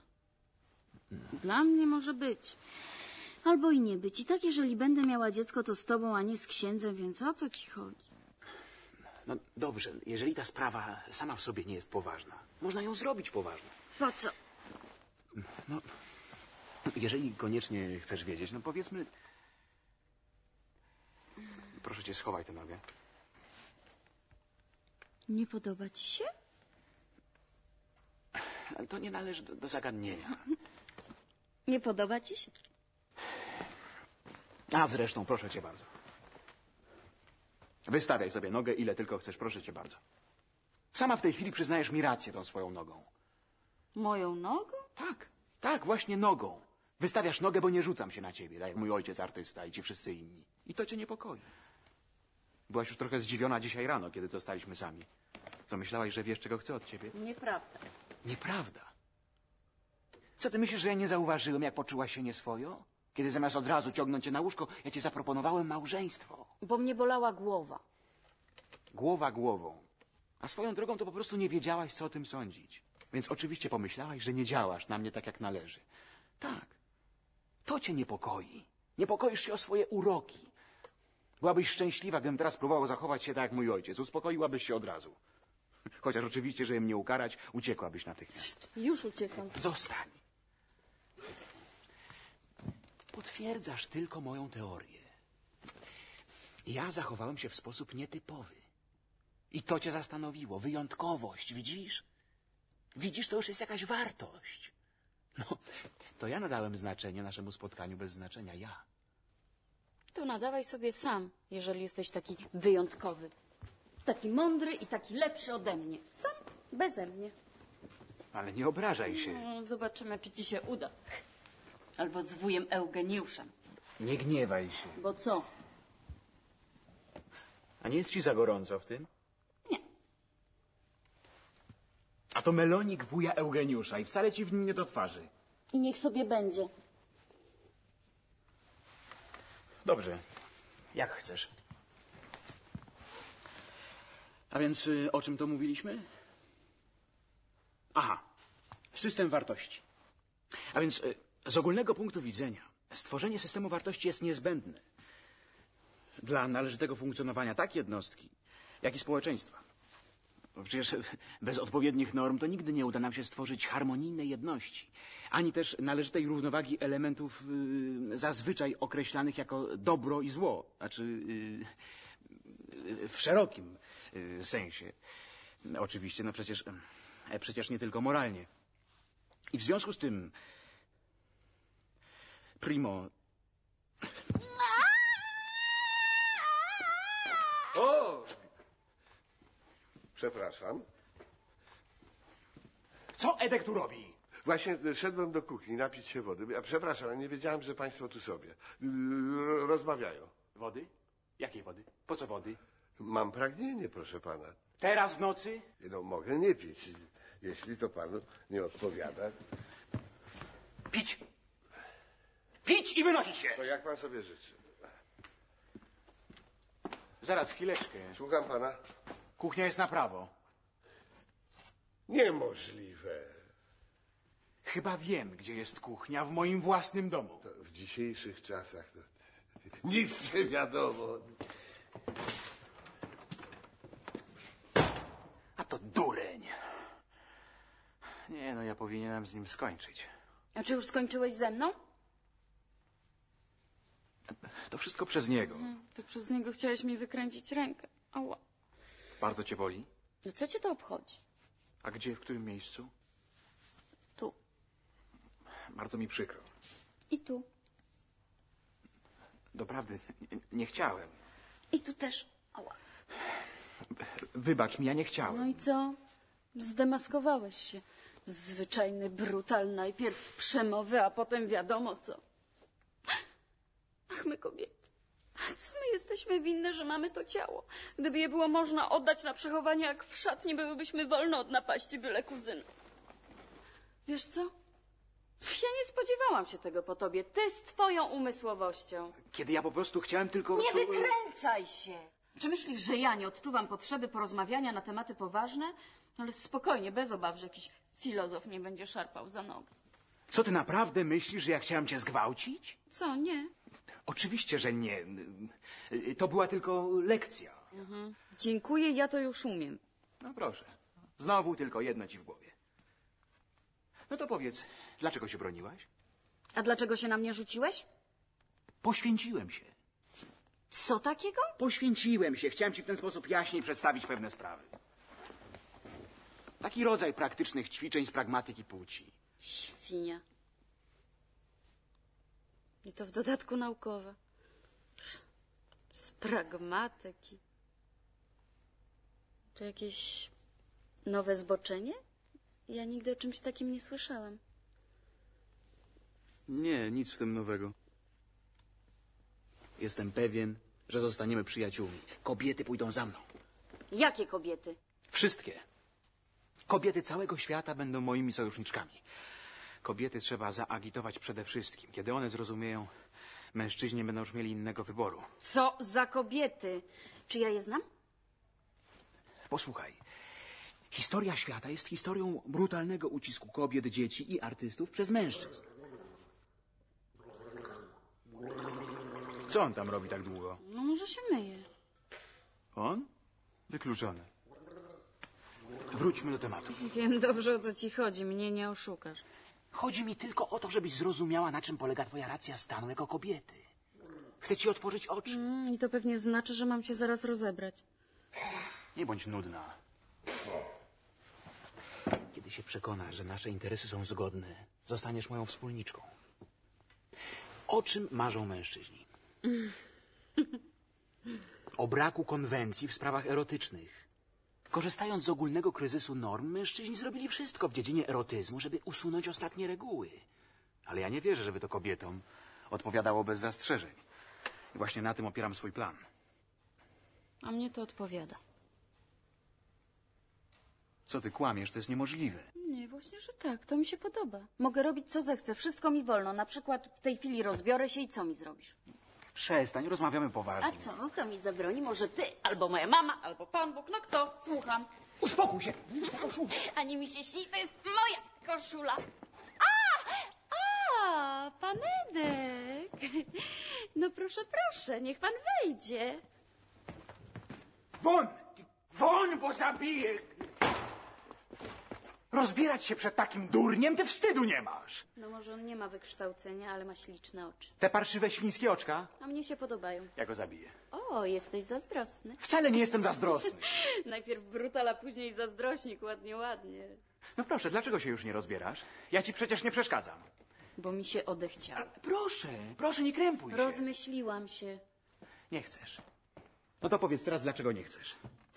S7: Dla mnie może być. Albo i nie być. I tak, jeżeli będę miała dziecko, to z tobą, a nie z księdzem, więc o co ci chodzi?
S4: No dobrze, jeżeli ta sprawa sama w sobie nie jest poważna, można ją zrobić poważną.
S7: Po co?
S4: No, jeżeli koniecznie chcesz wiedzieć, no powiedzmy... Proszę cię, schowaj tę nogę.
S7: Nie podoba ci się?
S4: Ale to nie należy do, do zagadnienia.
S7: Nie podoba ci się?
S4: A zresztą, proszę cię bardzo. Wystawiaj sobie nogę, ile tylko chcesz, proszę cię bardzo. Sama w tej chwili przyznajesz mi rację tą swoją nogą.
S7: Moją nogą?
S4: Tak. Tak, właśnie nogą. Wystawiasz nogę, bo nie rzucam się na ciebie, tak jak mój ojciec artysta i ci wszyscy inni. I to cię niepokoi. Byłaś już trochę zdziwiona dzisiaj rano, kiedy zostaliśmy sami. Co, myślałaś, że wiesz, czego chcę od ciebie?
S7: Nieprawda.
S4: Nieprawda. Co ty myślisz, że ja nie zauważyłem, jak poczułaś się nieswojo? Kiedy zamiast od razu ciągnąć cię na łóżko, ja ci zaproponowałem małżeństwo.
S7: Bo mnie bolała głowa.
S4: Głowa głową. A swoją drogą to po prostu nie wiedziałaś, co o tym sądzić. Więc oczywiście pomyślałaś, że nie działasz na mnie tak, jak należy. Tak. To cię niepokoi. Niepokoisz się o swoje uroki. Byłabyś szczęśliwa, gdybym teraz próbował zachować się tak jak mój ojciec. Uspokoiłabyś się od razu. Chociaż oczywiście, żeby mnie ukarać, uciekłabyś natychmiast.
S7: Już uciekam.
S4: Zostań. Potwierdzasz tylko moją teorię. Ja zachowałem się w sposób nietypowy. I to cię zastanowiło. Wyjątkowość, widzisz? Widzisz, to już jest jakaś wartość. No, to ja nadałem znaczenie naszemu spotkaniu bez znaczenia. Ja.
S7: To nadawaj sobie sam, jeżeli jesteś taki wyjątkowy. Taki mądry i taki lepszy ode mnie. Sam, beze mnie.
S4: Ale nie obrażaj się.
S7: No, zobaczymy, czy ci się uda. Albo z wujem Eugeniuszem.
S4: Nie gniewaj się.
S7: Bo co?
S4: A nie jest ci za gorąco w tym? Nie. A to melonik wuja Eugeniusza i wcale ci w nim nie do twarzy.
S7: I niech sobie będzie.
S4: Dobrze. Jak chcesz. A więc y, o czym to mówiliśmy? Aha. System wartości. A więc y, z ogólnego punktu widzenia stworzenie systemu wartości jest niezbędne dla należytego funkcjonowania tak jednostki, jak i społeczeństwa. Bo przecież bez odpowiednich norm to nigdy nie uda nam się stworzyć harmonijnej jedności, ani też należytej równowagi elementów y, zazwyczaj określanych jako dobro i zło, znaczy y, y, w szerokim y, sensie. Oczywiście, no przecież, e, przecież nie tylko moralnie. I w związku z tym, primo,
S3: O! Przepraszam.
S4: Co Edek tu robi?
S3: Właśnie y, szedłem do kuchni napić się wody. A przepraszam, ja nie wiedziałem, że państwo tu sobie y, e, rozmawiają.
S4: Wody? Jakiej wody? Po co wody?
S3: Mam pragnienie, proszę pana.
S4: Teraz w nocy?
S3: No mogę nie pić, jeśli to panu nie odpowiada.
S4: Pić! Pić i wynosić się!
S3: To jak pan sobie życzy?
S4: Zaraz, chwileczkę.
S3: Słucham pana.
S4: Kuchnia jest na prawo.
S3: Niemożliwe.
S4: Chyba wiem, gdzie jest kuchnia w moim własnym domu.
S3: To w dzisiejszych czasach to nic nie wiadomo.
S4: A to dureń. Nie, no ja powinienem z nim skończyć.
S7: A czy już skończyłeś ze mną?
S4: To wszystko przez niego.
S7: To przez niego chciałeś mi wykręcić rękę. Ała.
S4: Bardzo cię boli?
S7: No co cię to obchodzi?
S4: A gdzie, w którym miejscu?
S7: Tu.
S4: Bardzo mi przykro.
S7: I tu.
S4: Doprawdy, nie, nie chciałem.
S7: I tu też. Ała.
S4: Wybacz mi, ja nie chciałem.
S7: No i co? Zdemaskowałeś się. Zwyczajny brutal. Najpierw przemowy, a potem wiadomo co. Ach, my kobiety. Co my jesteśmy winne, że mamy to ciało? Gdyby je było można oddać na przechowanie jak w szatni, byłybyśmy wolne od napaści byle kuzyna. Wiesz co? Ja nie spodziewałam się tego po tobie. Ty z twoją umysłowością.
S4: Kiedy ja po prostu chciałem tylko...
S7: Nie wykręcaj się! Czy myślisz, że ja nie odczuwam potrzeby porozmawiania na tematy poważne? No Ale spokojnie, bez obaw, że jakiś filozof mnie będzie szarpał za nogi.
S4: Co ty naprawdę myślisz, że ja chciałem cię zgwałcić?
S7: Co, nie?
S4: Oczywiście, że nie. To była tylko lekcja.
S7: Mhm. Dziękuję, ja to już umiem.
S4: No proszę. Znowu tylko jedno ci w głowie. No to powiedz, dlaczego się broniłaś?
S7: A dlaczego się na mnie rzuciłeś?
S4: Poświęciłem się.
S7: Co takiego?
S4: Poświęciłem się. Chciałem ci w ten sposób jaśniej przedstawić pewne sprawy. Taki rodzaj praktycznych ćwiczeń z pragmatyki płci.
S7: Świnia. I to w dodatku naukowe. Z pragmatyki. To jakieś nowe zboczenie? Ja nigdy o czymś takim nie słyszałam.
S4: Nie, nic w tym nowego. Jestem pewien, że zostaniemy przyjaciółmi. Kobiety pójdą za mną.
S7: Jakie kobiety?
S4: Wszystkie. Kobiety całego świata będą moimi sojuszniczkami. Kobiety trzeba zaagitować przede wszystkim. Kiedy one zrozumieją, mężczyźni będą już mieli innego wyboru.
S7: Co za kobiety? Czy ja je znam?
S4: Posłuchaj. Historia świata jest historią brutalnego ucisku kobiet, dzieci i artystów przez mężczyzn. Co on tam robi tak długo?
S7: No może się myje.
S4: On? Wykluczony. Wróćmy do tematu.
S7: Wiem dobrze, o co ci chodzi. Mnie nie oszukasz.
S4: Chodzi mi tylko o to, żebyś zrozumiała, na czym polega twoja racja stanu jako kobiety. Chcę ci otworzyć oczy.
S7: Mm, I to pewnie znaczy, że mam się zaraz rozebrać.
S4: Nie bądź nudna. Kiedy się przekonasz, że nasze interesy są zgodne, zostaniesz moją wspólniczką. O czym marzą mężczyźni? O braku konwencji w sprawach erotycznych. Korzystając z ogólnego kryzysu norm, mężczyźni zrobili wszystko w dziedzinie erotyzmu, żeby usunąć ostatnie reguły. Ale ja nie wierzę, żeby to kobietom odpowiadało bez zastrzeżeń. I właśnie na tym opieram swój plan.
S7: A mnie to odpowiada.
S4: Co ty kłamiesz, to jest niemożliwe.
S7: Nie, właśnie, że tak. To mi się podoba. Mogę robić, co zechcę. Wszystko mi wolno. Na przykład w tej chwili rozbiorę się i co mi zrobisz?
S4: Przestań, rozmawiamy
S7: A
S4: poważnie.
S7: co? To mi zabroni. Może ty, albo moja mama, albo pan Bóg. No kto? Słucham.
S4: Uspokój się! Koszulę!
S7: Ani mi się śni, to jest moja koszula. A! A! Panedek! No proszę, proszę, niech pan wejdzie.
S4: Won! Won, bo zabiję! Rozbierać się przed takim durniem, ty wstydu nie masz!
S7: No może on nie ma wykształcenia, ale ma śliczne oczy.
S4: Te parszywe świńskie oczka?
S7: A mnie się podobają.
S4: Ja go zabiję.
S7: O, jesteś zazdrosny.
S4: Wcale nie jestem zazdrosny.
S7: Najpierw brutal, a później zazdrośnik. Ładnie, ładnie.
S4: No proszę, dlaczego się już nie rozbierasz? Ja ci przecież nie przeszkadzam.
S7: Bo mi się odechciało.
S4: Proszę, proszę, nie krępuj się.
S7: Rozmyśliłam się.
S4: Nie chcesz. No to powiedz teraz, dlaczego nie chcesz.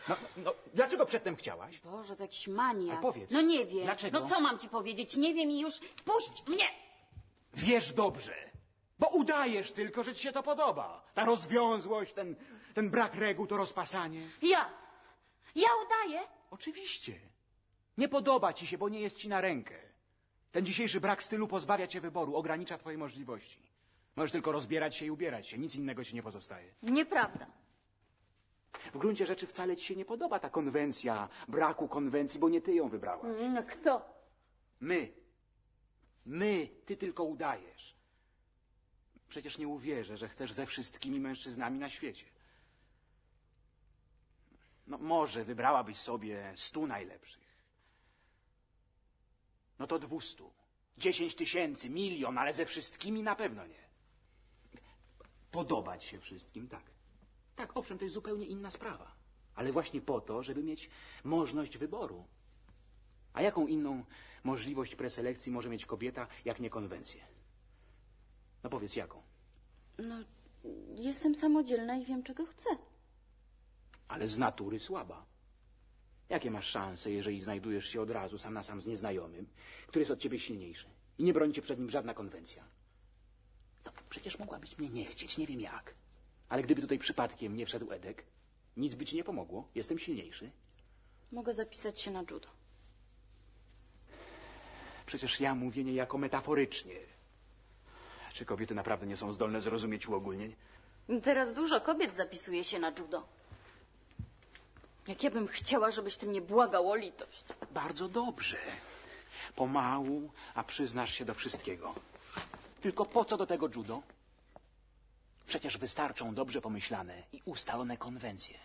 S4: No, no dlaczego przedtem chciałaś?
S7: Boże, to jakiś maniak.
S4: A powiedz,
S7: No nie wiem.
S4: dlaczego?
S7: No co mam ci powiedzieć? Nie wiem i już. Puść mnie!
S4: Wiesz dobrze. Bo udajesz tylko, że ci się to podoba. Ta rozwiązłość, ten, ten brak reguł, to rozpasanie.
S7: Ja! Ja udaję!
S4: Oczywiście. Nie podoba ci się, bo nie jest ci na rękę. Ten dzisiejszy brak stylu pozbawia cię wyboru, ogranicza twoje możliwości. Możesz tylko rozbierać się i ubierać się, nic innego ci nie pozostaje.
S7: Nieprawda.
S4: W gruncie rzeczy wcale ci się nie podoba ta konwencja braku konwencji, bo nie ty ją wybrałaś.
S7: No kto?
S4: My. My. Ty tylko udajesz. Przecież nie uwierzę, że chcesz ze wszystkimi mężczyznami na świecie. No może wybrałabyś sobie stu najlepszych. No to dwustu. Dziesięć tysięcy, milion, ale ze wszystkimi na pewno nie. Podobać się wszystkim, tak. Tak, owszem, to jest zupełnie inna sprawa. Ale właśnie po to, żeby mieć możliwość wyboru. A jaką inną możliwość preselekcji może mieć kobieta, jak nie konwencję? No powiedz jaką.
S7: No, jestem samodzielna i wiem, czego chcę.
S4: Ale z natury słaba. Jakie masz szanse, jeżeli znajdujesz się od razu sam na sam z nieznajomym, który jest od ciebie silniejszy i nie broni cię przed nim żadna konwencja? No, przecież mogłabyś mnie nie chcieć, nie wiem jak. Ale gdyby tutaj przypadkiem nie wszedł Edek, nic by ci nie pomogło. Jestem silniejszy.
S7: Mogę zapisać się na judo.
S4: Przecież ja mówię niejako metaforycznie. Czy kobiety naprawdę nie są zdolne zrozumieć uogólnień?
S7: Teraz dużo kobiet zapisuje się na judo. Jak ja bym chciała, żebyś ty mnie błagał o litość.
S4: Bardzo dobrze. Pomału, a przyznasz się do wszystkiego. Tylko po co do tego judo? Przecież wystarczą dobrze pomyślane i ustalone konwencje.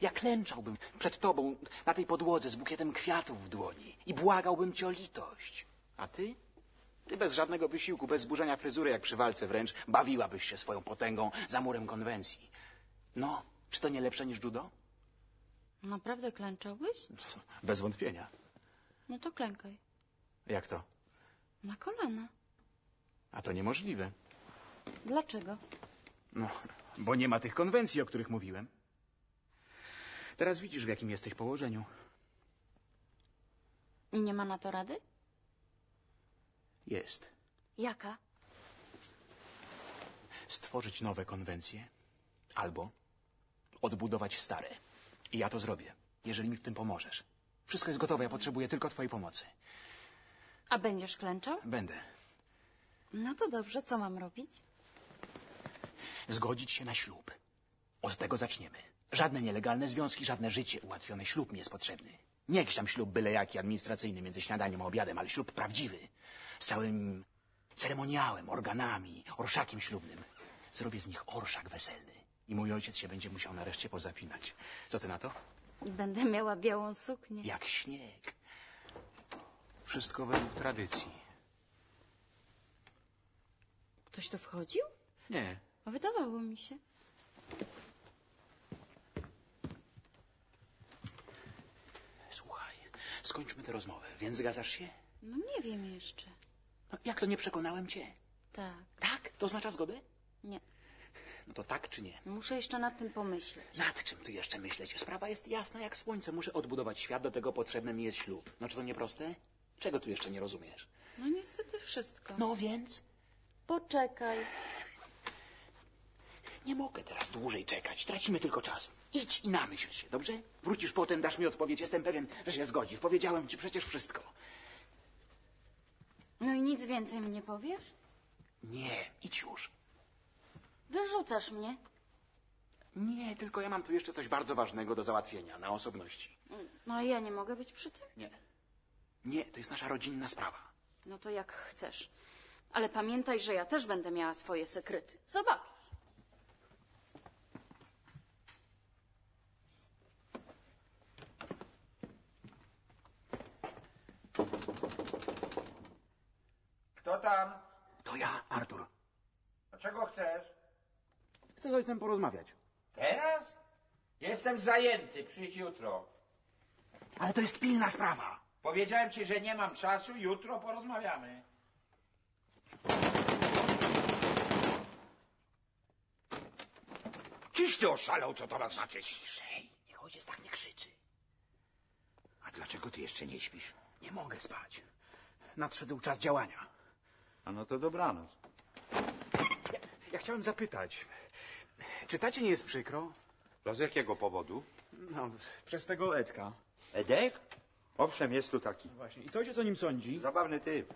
S4: Ja klęczałbym przed tobą na tej podłodze z bukietem kwiatów w dłoni i błagałbym cię o litość. A ty? Ty bez żadnego wysiłku, bez zburzenia fryzury, jak przy walce wręcz, bawiłabyś się swoją potęgą za murem konwencji. No, czy to nie lepsze niż judo?
S7: Naprawdę klęczałbyś?
S4: Bez wątpienia.
S7: No to klękaj.
S4: Jak to?
S7: Na kolana.
S4: A to niemożliwe.
S7: Dlaczego?
S4: No, bo nie ma tych konwencji, o których mówiłem. Teraz widzisz, w jakim jesteś położeniu.
S7: I nie ma na to rady?
S4: Jest.
S7: Jaka?
S4: Stworzyć nowe konwencje albo odbudować stare. I ja to zrobię, jeżeli mi w tym pomożesz. Wszystko jest gotowe, ja potrzebuję tylko twojej pomocy.
S7: A będziesz klęczał?
S4: Będę
S7: No to dobrze, co mam robić?
S4: zgodzić się na ślub. Od tego zaczniemy. Żadne nielegalne związki, żadne życie ułatwione. Ślub mi jest potrzebny. Nie jakiś tam ślub byle jaki administracyjny między śniadaniem a obiadem, ale ślub prawdziwy. Z całym ceremoniałem, organami, orszakiem ślubnym. Zrobię z nich orszak weselny. I mój ojciec się będzie musiał nareszcie pozapinać. Co ty na to?
S7: Będę miała białą suknię.
S4: Jak śnieg. Wszystko według tradycji.
S7: Ktoś tu wchodził?
S4: Nie,
S7: A Wydawało mi się.
S4: słuchaj. Skończmy tę rozmowę. Więc zgadzasz się?
S7: No nie wiem jeszcze.
S4: No, jak to nie przekonałem cię?
S7: Tak.
S4: Tak? To oznacza zgodę?
S7: Nie.
S4: No to tak czy nie?
S7: Muszę jeszcze nad tym pomyśleć.
S4: Nad czym tu jeszcze myśleć? Sprawa jest jasna jak słońce. Muszę odbudować świat, do tego potrzebny mi jest ślub. No czy to nie proste? Czego tu jeszcze nie rozumiesz?
S7: No niestety wszystko.
S4: No więc?
S7: Poczekaj.
S4: Nie mogę teraz dłużej czekać. Tracimy tylko czas. Idź i namyśl się, dobrze? Wrócisz potem, dasz mi odpowiedź. Jestem pewien, że się zgodzisz. Powiedziałem ci przecież wszystko.
S7: No i nic więcej mi nie powiesz?
S4: Nie, idź już.
S7: Wyrzucasz mnie.
S4: Nie, tylko ja mam tu jeszcze coś bardzo ważnego do załatwienia na osobności.
S7: No i ja nie mogę być przy tym?
S4: Nie. Nie, to jest nasza rodzinna sprawa.
S7: No to jak chcesz. Ale pamiętaj, że ja też będę miała swoje sekrety. Zobacz.
S15: Kto tam?
S4: To ja, Artur.
S15: A czego chcesz?
S4: Chcę z ojcem porozmawiać.
S15: Teraz? Jestem zajęty, przyjdź jutro.
S4: Ale to jest pilna sprawa.
S15: Powiedziałem ci, że nie mam czasu, jutro porozmawiamy.
S2: Czyś ty oszalał, co to znaczy ma znaczyć?
S4: Ciszej, niech ojciec tak nie krzyczy.
S2: A dlaczego ty jeszcze nie śpisz?
S4: Nie mogę spać. Nadszedł czas działania.
S12: A no to dobranoc.
S4: Ja chciałem zapytać, czy tacie nie jest przykro?
S2: No z jakiego powodu?
S4: No, przez tego Edka.
S2: Edek? Owszem, jest tu taki.
S4: Właśnie. I co się o nim sądzi?
S2: Zabawny typ.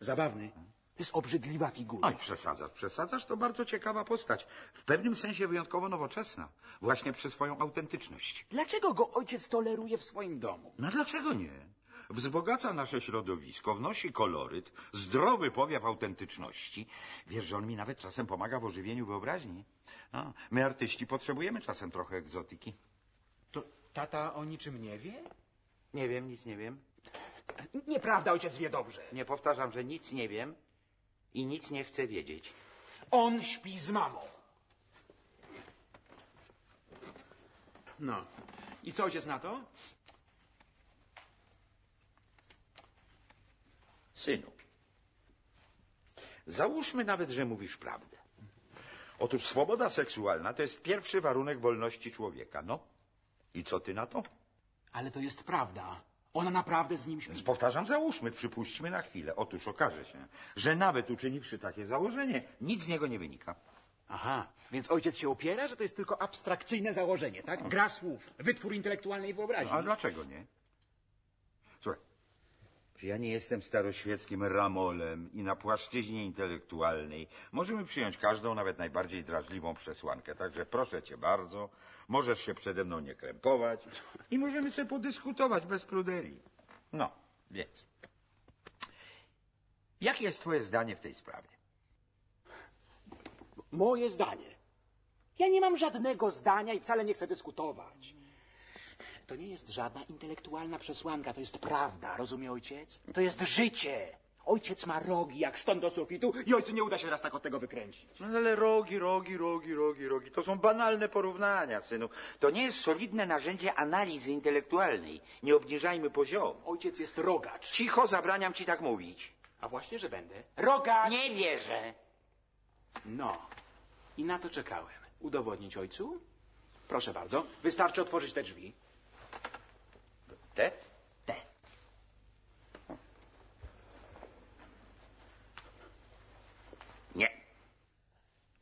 S4: Zabawny. To jest obrzydliwa figura.
S2: Oj, przesadzasz, przesadzasz. To bardzo ciekawa postać. W pewnym sensie wyjątkowo nowoczesna. Właśnie przez swoją autentyczność.
S4: Dlaczego go ojciec toleruje w swoim domu?
S2: No dlaczego nie? Wzbogaca nasze środowisko, wnosi koloryt, zdrowy powiew autentyczności. Wiesz, że on mi nawet czasem pomaga w ożywieniu wyobraźni. A, my artyści potrzebujemy czasem trochę egzotyki.
S4: To tata o niczym nie wie?
S2: Nie wiem, nic nie wiem.
S4: Nieprawda, ojciec wie dobrze.
S2: Nie powtarzam, że nic nie wiem i nic nie chcę wiedzieć.
S4: On śpi z mamą. No. I co ojciec na to?
S2: Synu, załóżmy nawet, że mówisz prawdę. Otóż swoboda seksualna to jest pierwszy warunek wolności człowieka. No i co ty na to?
S4: Ale to jest prawda. Ona naprawdę z nim śpi.
S2: Powtarzam, załóżmy, przypuśćmy na chwilę. Otóż okaże się, że nawet uczyniwszy takie założenie, nic z niego nie wynika. No,
S4: Aha, więc ojciec się opiera, że to jest tylko abstrakcyjne założenie, tak? Gra słów, wytwór intelektualnej wyobraźni.
S2: No, a dlaczego nie? Słuchaj, czy ja nie jestem staroświeckim ramolem i na płaszczyźnie intelektualnej możemy przyjąć każdą, nawet najbardziej drażliwą przesłankę. Także proszę cię bardzo, możesz się przede mną nie krępować i możemy sobie podyskutować bez pruderii. No, więc. Jakie jest twoje zdanie w tej sprawie?
S4: Moje zdanie. Ja nie mam żadnego zdania i wcale nie chcę dyskutować. To nie jest żadna intelektualna przesłanka, to jest prawda, rozumie ojciec? To jest życie. Ojciec ma rogi jak stąd do sufitu i ojcu nie uda się raz tak od tego wykręcić.
S2: No ale rogi, rogi, rogi, rogi, rogi. To są banalne porównania, synu. To nie jest solidne narzędzie analizy intelektualnej. Nie obniżajmy poziomu.
S4: Ojciec jest rogacz.
S2: Cicho, zabraniam ci tak mówić.
S4: A właśnie, że będę. Rogacz!
S2: Nie wierzę.
S4: No. I na to czekałem. Udowodnić ojcu? Proszę bardzo, wystarczy otworzyć te drzwi.
S2: Te?
S4: Te.
S2: Nie.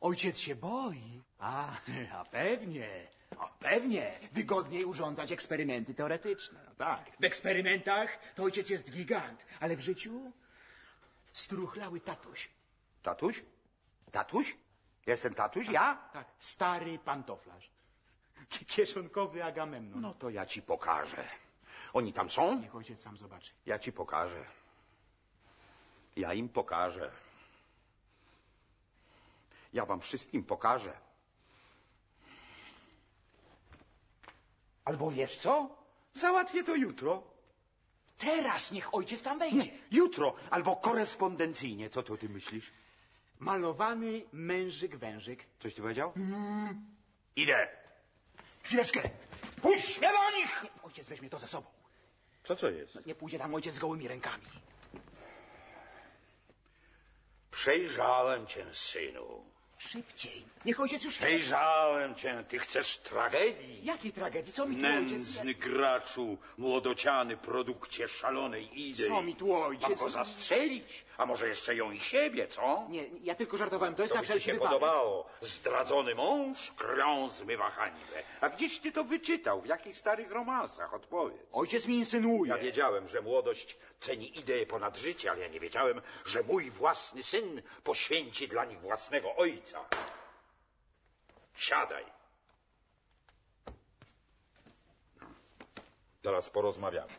S4: Ojciec się boi. A, a pewnie. A pewnie. Wygodniej urządzać eksperymenty teoretyczne. No tak. W eksperymentach to ojciec jest gigant, ale w życiu struchlały tatuś.
S2: Tatuś? Tatuś? Jestem tatuś? Ja?
S4: Tak, stary pantoflarz. Kieszonkowy Agamemnon.
S2: No to ja ci pokażę. Oni tam są?
S4: Niech ojciec sam zobaczy.
S2: Ja ci pokażę. Ja im pokażę. Ja wam wszystkim pokażę. Albo wiesz co? Załatwię to jutro.
S4: Teraz niech ojciec tam
S2: Nie,
S4: wejdzie.
S2: jutro. Albo korespondencyjnie. Co to ty myślisz?
S4: Malowany mężyk wężyk.
S2: Coś ty powiedział? Mm. Idę.
S4: Chwileczkę. Puść mnie do nich! Ojciec weźmie to ze sobą.
S2: Co to jest?
S4: Nie pójdzie tam ojciec z gołymi rękami.
S2: Przejrzałem cię, synu.
S4: Szybciej. Niech ojciec już...
S2: Przejrzałem cię. Ty chcesz tragedii.
S4: Jakiej tragedii? Co mi tu ojciec...
S2: Nędzny graczu, młodociany produkcie szalonej idei.
S4: Co mi tu ojciec-
S2: Mam go zastrzelić, a może jeszcze ją i siebie, co?
S4: Nie, ja tylko żartowałem. To jest
S2: To
S4: na
S2: by ci
S4: wszelki
S2: się
S4: wypadek.
S2: podobało. Zdradzony mąż krą zmywa hańbę. A gdzieś ty to wyczytał? W jakich starych romansach? Odpowiedz.
S4: Ojciec mi insynuuje.
S2: Ja wiedziałem, że młodość ceni idee ponad życie, ale ja nie wiedziałem, że mój własny syn poświęci dla nich własnego ojca. Siadaj. Teraz porozmawiamy.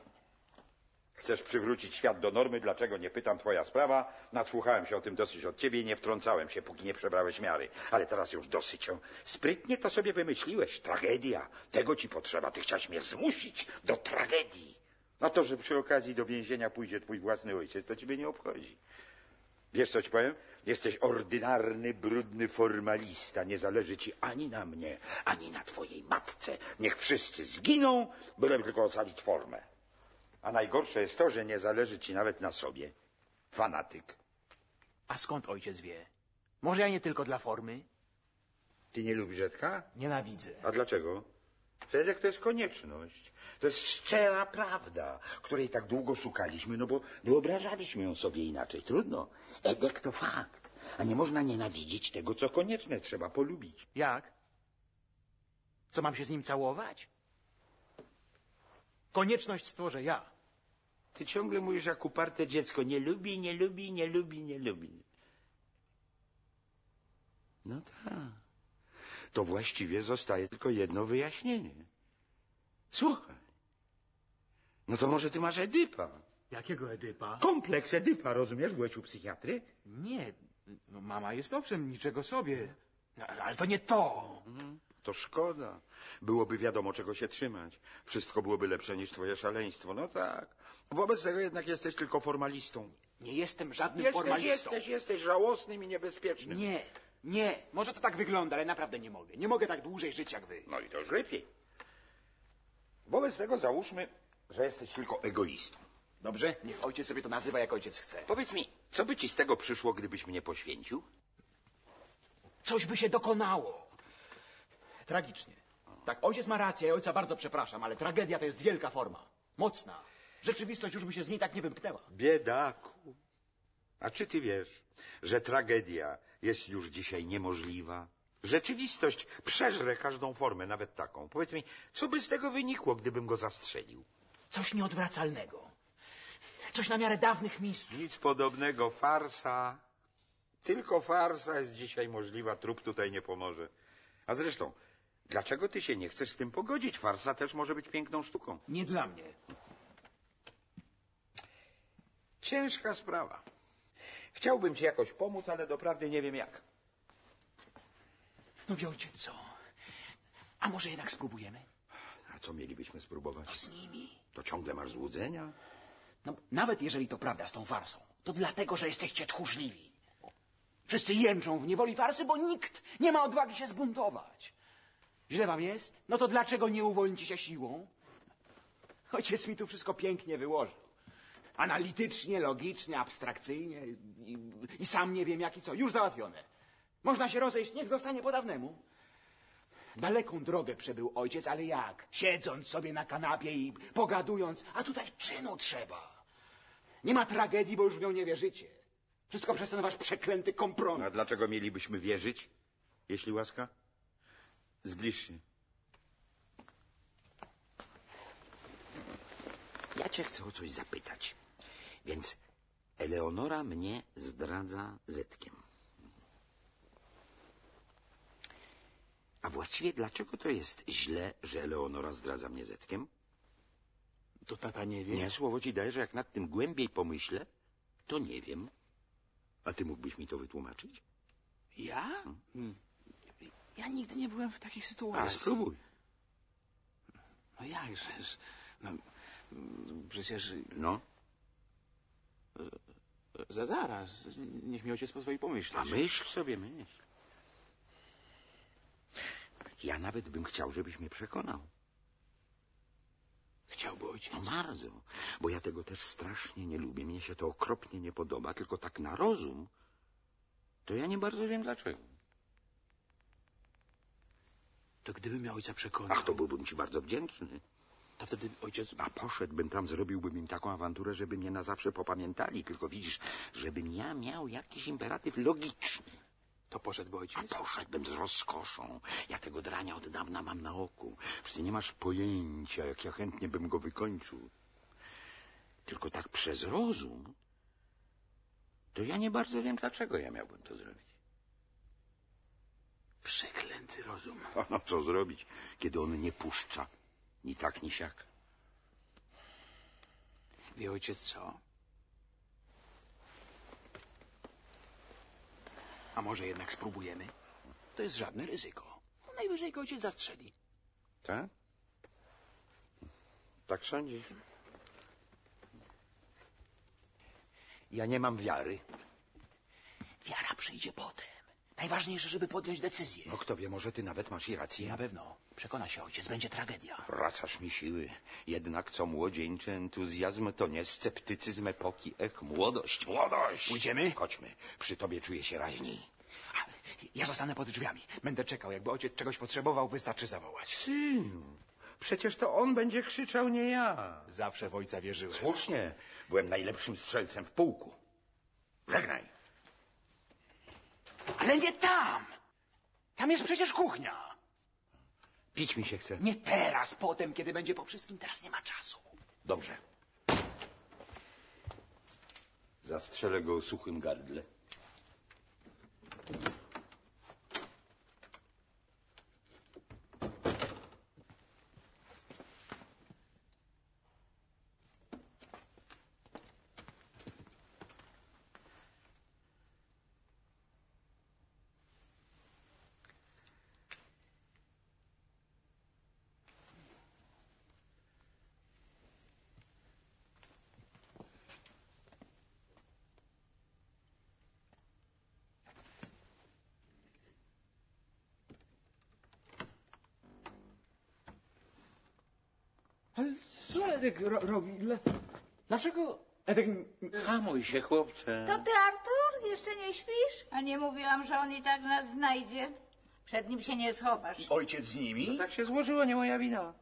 S2: Chcesz przywrócić świat do normy, dlaczego nie pytam twoja sprawa? Nasłuchałem się o tym dosyć od ciebie i nie wtrącałem się, póki nie przebrałeś miary. Ale teraz już dosyć. o. Sprytnie to sobie wymyśliłeś. Tragedia. Tego ci potrzeba. Ty chciałeś mnie zmusić do tragedii. A to, że przy okazji do więzienia pójdzie twój własny ojciec, to ciebie nie obchodzi. Wiesz, co ci powiem? Jesteś ordynarny, brudny formalista. Nie zależy ci ani na mnie, ani na twojej matce. Niech wszyscy zginą, byleby tylko ocalić formę. A najgorsze jest to, że nie zależy ci nawet na sobie. Fanatyk.
S4: A skąd ojciec wie? Może ja nie tylko dla formy?
S2: Ty nie lubisz Edka?
S4: Nienawidzę.
S2: A dlaczego? Edek to jest konieczność. To jest szczera prawda, której tak długo szukaliśmy, no bo wyobrażaliśmy ją sobie inaczej. Trudno. Edek to fakt. A nie można nienawidzić tego, co konieczne. Trzeba polubić.
S4: Jak? Co mam się z nim całować? Konieczność stworzę ja.
S2: Ty ciągle mówisz jak uparte dziecko. Nie lubi, nie lubi, nie lubi, nie lubi. No tak. To właściwie zostaje tylko jedno wyjaśnienie. Słuchaj. No to może ty masz Edypa.
S4: Jakiego Edypa?
S2: Kompleks Edypa, rozumiesz? Byłeś u psychiatry?
S4: Nie, no mama jest owszem, niczego sobie. No, ale to nie to.
S2: To szkoda. Byłoby wiadomo, czego się trzymać. Wszystko byłoby lepsze niż twoje szaleństwo. No tak. Wobec tego jednak jesteś tylko formalistą.
S4: Nie jestem żadnym
S2: Jesteś,
S4: formalistą.
S2: jesteś, jesteś żałosnym i niebezpiecznym.
S4: Nie, nie. Może to tak wygląda, ale naprawdę nie mogę. Nie mogę tak dłużej żyć jak wy.
S2: No i to już lepiej. Wobec tego załóżmy, że jesteś tylko egoistą.
S4: Dobrze? Niech ojciec sobie to nazywa, jak ojciec chce.
S2: Powiedz mi, co by ci z tego przyszło, gdybyś mnie poświęcił?
S4: Coś by się dokonało. Tragicznie. Tak, ojciec ma rację, ja ojca bardzo przepraszam, ale tragedia to jest wielka forma. Mocna. Rzeczywistość już by się z niej tak nie wymknęła.
S2: Biedaku. A czy ty wiesz, że tragedia jest już dzisiaj niemożliwa? Rzeczywistość przeżre każdą formę, nawet taką. Powiedz mi, co by z tego wynikło, gdybym go zastrzelił?
S4: Coś nieodwracalnego. Coś na miarę dawnych mistrzów.
S2: Nic podobnego, farsa. Tylko farsa jest dzisiaj możliwa, trup tutaj nie pomoże. A zresztą, dlaczego ty się nie chcesz z tym pogodzić? Farsa też może być piękną sztuką.
S4: Nie dla mnie.
S2: Ciężka sprawa. Chciałbym ci jakoś pomóc, ale doprawdy nie wiem jak.
S4: No wie ojciec co? A może jednak spróbujemy?
S2: A co mielibyśmy spróbować?
S4: Z nimi.
S2: To ciągle masz złudzenia?
S4: No, nawet jeżeli to prawda z tą farsą, to dlatego, że jesteście tchórzliwi. Wszyscy jęczą w niewoli farsy, bo nikt nie ma odwagi się zbuntować. Źle wam jest? No to dlaczego nie uwolnicie się siłą? Ojciec mi tu wszystko pięknie wyłożył. Analitycznie, logicznie, abstrakcyjnie i, i sam nie wiem jak i co. Już załatwione. Można się rozejść, niech zostanie po dawnemu. Daleką drogę przebył ojciec, ale jak? Siedząc sobie na kanapie i pogadując, a tutaj czynu trzeba. Nie ma tragedii, bo już w nią nie wierzycie. Wszystko przez ten wasz przeklęty kompromis.
S2: A dlaczego mielibyśmy wierzyć, jeśli łaska? Zbliż się. Ja cię chcę o coś zapytać. Więc Eleonora mnie zdradza Zetkiem. A właściwie dlaczego to jest źle, że Eleonora zdradza mnie Zetkiem?
S4: To tata nie
S2: Nie, słowo ci daję, że jak nad tym głębiej pomyślę, to nie wiem. A ty mógłbyś mi to wytłumaczyć?
S4: Ja? Ja nigdy nie byłem w takiej
S2: A
S4: sytuacji.
S2: spróbuj.
S4: No jakżeż? No, mm, przecież... E,
S2: No,
S4: Za zaraz. Niech mi ojciec pozwoli pomyśleć.
S2: a myśl sobie, myśl. Ja nawet bym chciał, żebyś mnie przekonał.
S4: Chciałby ojciec.
S2: No bardzo, bo ja tego też strasznie nie lubię. Mnie się to okropnie nie podoba, tylko tak na rozum, to ja nie bardzo wiem dlaczego.
S4: To gdyby mnie ojca przekonał,
S2: Ach, to byłbym ci bardzo wdzięczny.
S4: to wtedy ojciec...
S2: A poszedłbym tam, zrobiłbym im taką awanturę, żeby mnie na zawsze popamiętali. Tylko widzisz, żebym ja miał jakiś imperatyw logiczny.
S4: To poszedłby
S2: A
S4: ojciec.
S2: poszedłbym z rozkoszą. Ja tego drania od dawna mam na oku. Przecież ty nie masz pojęcia, jak ja chętnie bym go wykończył. Tylko tak przez rozum, to ja nie bardzo wiem, dlaczego ja miałbym to zrobić.
S4: Przeklęty rozum.
S2: A no co zrobić, kiedy on nie puszcza? Ni tak, ni siak.
S4: Wie ojciec co? A może jednak spróbujemy? To jest żadne ryzyko. No, Najwyżej go ojciec zastrzeli.
S2: Tak? Tak sądzisz? Ja nie mam wiary.
S4: Wiara przyjdzie potem. Najważniejsze, żeby podjąć decyzję.
S2: No kto wie, może ty nawet masz i rację.
S4: Na pewno. Przekona się ojciec, będzie tragedia.
S2: Wracasz mi siły. Jednak co młodzieńczy entuzjazm, to nie sceptycyzm epoki. Ech, młodość, młodość!
S4: Pójdziemy?
S2: Chodźmy. Przy tobie czuję się raźniej.
S4: A, Ja zostanę pod drzwiami. Będę czekał. Jakby ojciec czegoś potrzebował, wystarczy zawołać.
S2: Synu, przecież to on będzie krzyczał, nie ja.
S4: Zawsze w ojca wierzyłem.
S2: Słusznie. Byłem najlepszym strzelcem w pułku. Żegnaj.
S4: Ale nie tam! Tam jest przecież kuchnia.
S2: Pić mi się chce.
S4: Nie teraz, potem, kiedy będzie po wszystkim, teraz nie ma czasu.
S2: Dobrze. Zastrzelę go o suchym gardle.
S4: Ale co Edek robi? Dlaczego Edek...
S2: Hamuj się, chłopcze.
S16: To ty, Artur, jeszcze nie śpisz?
S1: A nie mówiłam, że on i tak nas znajdzie? Przed nim się nie schowasz.
S4: Ojciec z nimi?
S2: tak się złożyło, nie moja wina.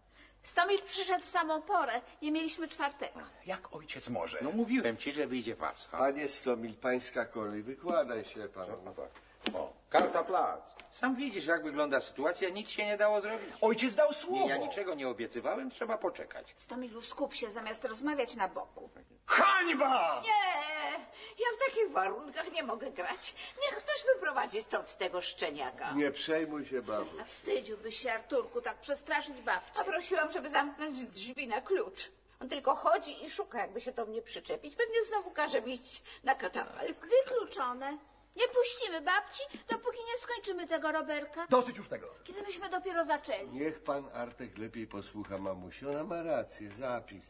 S6: Stomil przyszedł w samą porę. Nie mieliśmy czwartego.
S4: Jak ojciec może?
S2: No mówiłem ci, że wyjdzie farsa.
S3: Panie Slomil, pańska kolej, wykładaj się pan.
S2: No tak. O, karta plac. Sam widzisz, jak wygląda sytuacja, nic się nie dało zrobić.
S4: Ojciec dał słowo.
S2: Nie, ja niczego nie obiecywałem, trzeba poczekać.
S6: Stomilu, skup się zamiast rozmawiać na boku.
S4: Hańba!
S1: Nie, ja w takich warunkach nie mogę grać. Niech ktoś wyprowadzi stąd tego szczeniaka.
S3: Nie przejmuj się, babo.
S6: A wstydziłby się, Arturku, tak przestraszyć babcię.
S1: A prosiłam, żeby zamknąć drzwi na klucz. On tylko chodzi i szuka, jakby się do mnie przyczepić. Pewnie znowu każe mi iść na katafalk.
S6: Wykluczone. Nie puścimy babci, dopóki nie skończymy tego Roberka.
S4: Dosyć już tego.
S6: Kiedy myśmy dopiero zaczęli.
S3: Niech pan Artek lepiej posłucha mamusi. Ona ma rację, zapis.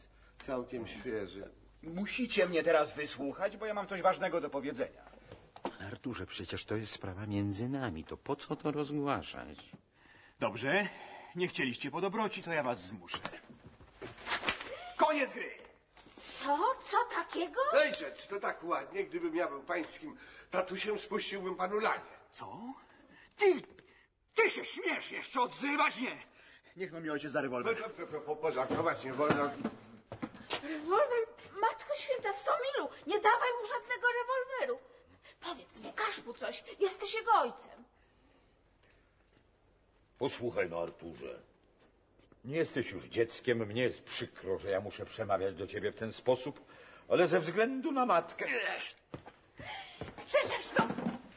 S3: Całkiem świeży.
S4: Musicie mnie teraz wysłuchać, bo ja mam coś ważnego do powiedzenia.
S2: Arturze, przecież to jest sprawa między nami, to po co to rozgłaszać?
S4: Dobrze. Nie chcieliście po dobroci, to ja was zmuszę. Koniec gry!
S6: Co? Co takiego?
S3: Ej, rzecz, to tak ładnie. Gdybym ja był pańskim tatusiem, spuściłbym panu lanie.
S4: Co? Ty! Ty się śmiesz jeszcze odzywać? Nie! Niech no mi ojciec da
S3: No,
S4: rewolwer.
S3: to, to, to, po- pożartować nie wolno.
S6: Rewolwer? Matko święta, Stomilu, nie dawaj mu żadnego rewolweru. Powiedz mu, każ mu coś. Jesteś jego ojcem.
S12: Posłuchaj no, Arturze. Nie jesteś już dzieckiem, mnie jest przykro, że ja muszę przemawiać do ciebie w ten sposób, ale ze względu na matkę...
S16: Przecież to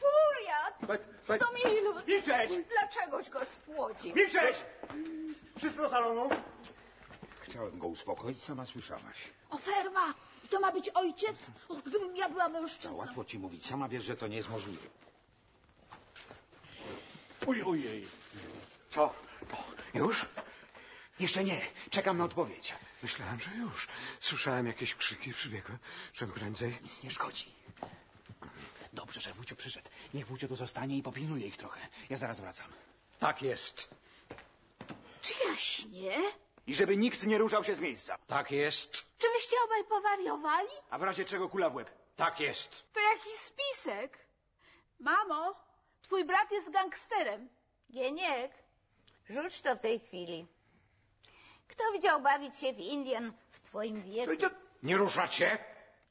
S16: furiat! Stomilu!
S4: Milczeć!
S16: Dlaczegoś go spłodzi?
S4: Milczeć! Wszystko salonu?
S2: Chciałem go uspokoić, sama słyszałaś.
S6: Oferma! I to ma być ojciec? Och, gdybym ja była
S2: Za
S6: mężczyzną.
S2: łatwo ci mówić, sama wiesz, że to nie jest możliwe.
S4: Oj, ojej.
S2: Co?
S5: Już?
S4: Jeszcze nie. Czekam na odpowiedź.
S5: Myślałem, że już. Słyszałem jakieś krzyki, przybiegłem. Czym prędzej?
S4: Nic nie szkodzi. Dobrze, że Wójcio przyszedł. Niech Wójcio tu zostanie i popilnuje ich trochę. Ja zaraz wracam.
S5: Tak jest.
S6: Czy jaśnie?
S4: I żeby nikt nie ruszał się z miejsca.
S5: Tak jest.
S6: Czy wyście obaj powariowali?
S4: A w razie czego kula w łeb.
S5: Tak jest.
S6: To jakiś spisek. Mamo, twój brat jest gangsterem.
S1: Gieniek, rzuć to w tej chwili. Kto widział bawić się w Indian w twoim
S4: No
S1: wieku?
S5: Nie ruszacie?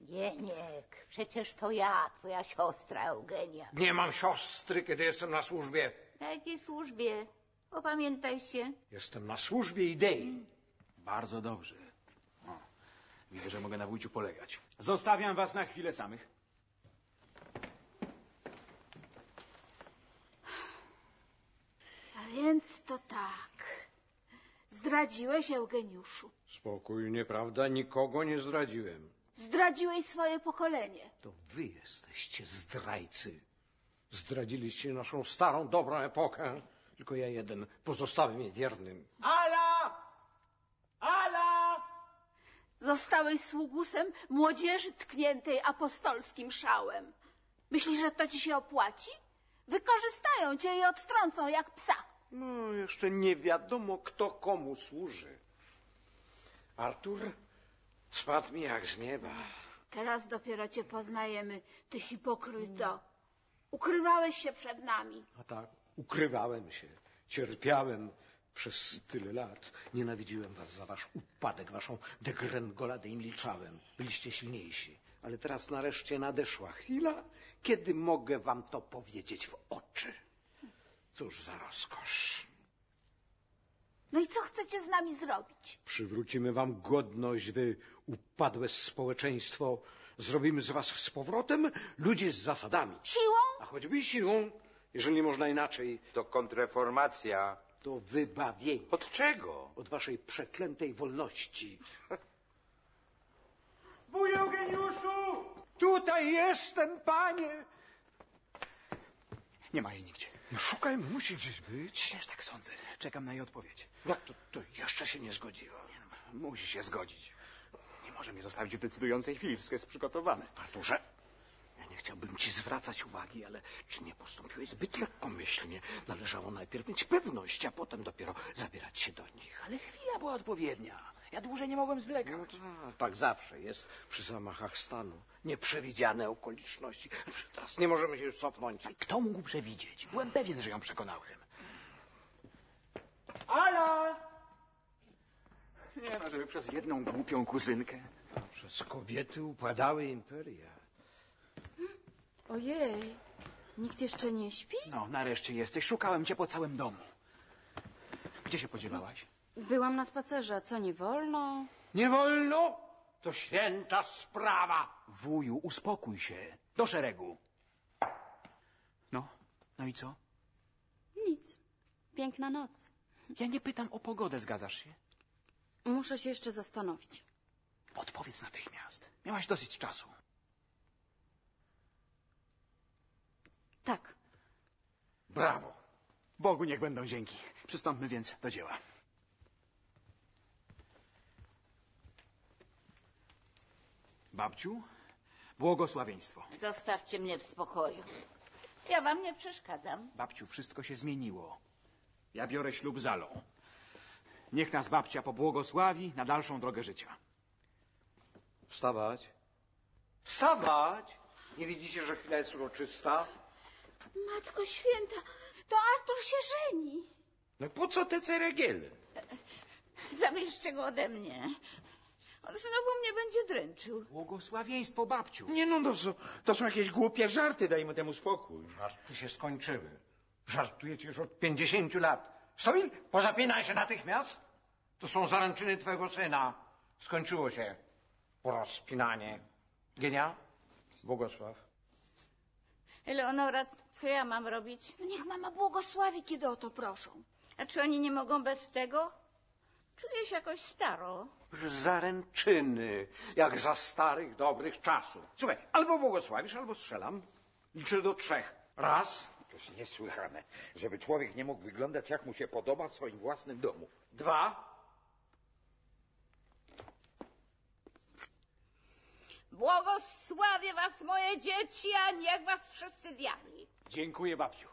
S1: Gieniek, przecież to ja, twoja siostra Eugenia.
S5: Nie mam siostry, kiedy jestem na służbie.
S1: Na jakiej służbie? Opamiętaj się.
S5: Jestem na służbie idei.
S4: Bardzo dobrze. O, widzę, że mogę na Wójciu polegać. Zostawiam was na chwilę samych.
S6: A więc to tak. Zdradziłeś Eugeniuszu.
S5: Spokojnie, prawda? Nikogo nie zdradziłem.
S6: Zdradziłeś swoje pokolenie.
S5: To wy jesteście zdrajcy. Zdradziliście naszą starą, dobrą epokę. Tylko ja jeden pozostałem jej wiernym.
S4: Ala! Ala!
S6: Zostałeś sługusem młodzieży tkniętej apostolskim szałem. Myślisz, że to ci się opłaci? Wykorzystają cię i odtrącą jak psa.
S5: No, jeszcze nie wiadomo, kto komu służy. Artur spadł mi jak z nieba.
S6: Teraz dopiero cię poznajemy, ty hipokryto. Ukrywałeś się przed nami.
S5: A tak, ukrywałem się, cierpiałem przez tyle lat. Nienawidziłem was za wasz upadek, waszą degrengoladę i milczałem. Byliście silniejsi. ale teraz nareszcie nadeszła chwila, kiedy mogę wam to powiedzieć w oczy. Cóż za rozkosz.
S6: No i co chcecie z nami zrobić?
S5: Przywrócimy wam godność, wy upadłe społeczeństwo. Zrobimy z was z powrotem ludzi z zasadami.
S6: Siłą?
S5: A choćby siłą, jeżeli nie można inaczej.
S2: To kontreformacja.
S5: To wybawienie.
S2: Od czego?
S5: Od waszej przeklętej wolności.
S4: Wuj Eugeniuszu!
S5: Tutaj jestem, panie!
S4: Nie ma jej nigdzie.
S5: No szukajmy, musi gdzieś być.
S4: Też tak sądzę. Czekam na jej odpowiedź. no,
S5: Jak to, to jeszcze się nie zgodziło?
S4: Musi się zgodzić. Nie może mnie zostawić w decydującej chwili. Wszystko jest przygotowane.
S5: Arturze, ja nie chciałbym ci zwracać uwagi, ale czy nie postąpiłeś zbyt lekkomyślnie? Należało najpierw mieć pewność, a potem dopiero zabierać się do nich.
S4: Ale chwila była odpowiednia. Ja dłużej nie mogłem zwlekać.
S5: A, tak zawsze jest przy zamachach stanu. Nieprzewidziane okoliczności. Teraz nie możemy się już cofnąć.
S4: Kto mógł przewidzieć? Byłem pewien, że ją przekonałem. Ala! Nie no, żeby przez jedną głupią kuzynkę.
S5: Przez kobiety upadały imperia.
S7: Ojej, nikt jeszcze nie śpi?
S4: No, nareszcie jesteś. Szukałem cię po całym domu. Gdzie się podziewałaś?
S7: Byłam na spacerze, a co nie wolno?
S5: Nie wolno? To święta sprawa.
S4: Wuju, uspokój się. Do szeregu. No, no i co?
S7: Nic. Piękna noc.
S4: Ja nie pytam o pogodę, zgadzasz się?
S7: Muszę się jeszcze zastanowić.
S4: Odpowiedz natychmiast. Miałaś dosyć czasu.
S7: Tak.
S4: Brawo. Bogu niech będą dzięki. Przystąpmy więc do dzieła. Babciu, błogosławieństwo.
S1: Zostawcie mnie w spokoju. Ja wam nie przeszkadzam.
S4: Babciu, wszystko się zmieniło. Ja biorę ślub z Alą. Niech nas babcia pobłogosławi na dalszą drogę życia.
S5: Wstawać. Wstawać! Nie widzicie, że chwila jest uroczysta?
S6: Matko święta, to Artur się żeni.
S2: No po co te ceregiele?
S1: Zabierzcie go ode mnie. On znowu mnie będzie dręczył.
S4: Błogosławieństwo, babciu.
S2: Nie no, to są, to są jakieś głupie żarty, dajmy temu spokój.
S5: Żarty się skończyły. Żartujecie już od 50 lat. Sowil, pozapinaj się natychmiast. To są zaręczyny twojego syna. Skończyło się. Porozpinanie. Genia? Błogosław.
S1: Eleonora, co ja mam robić?
S6: No niech mama błogosławi, kiedy o to proszą.
S1: A czy oni nie mogą bez tego? Czuję się jakoś staro.
S5: Już zaręczyny, jak za starych, dobrych czasów. Słuchaj, albo błogosławisz, albo strzelam. Liczę do trzech. Raz,
S2: Toż niesłychane, żeby człowiek nie mógł wyglądać jak mu się podoba w swoim własnym domu.
S5: dwa,
S1: Błogosławię was, moje dzieci, a niech was wszyscy diabli.
S4: Dziękuję, babciu.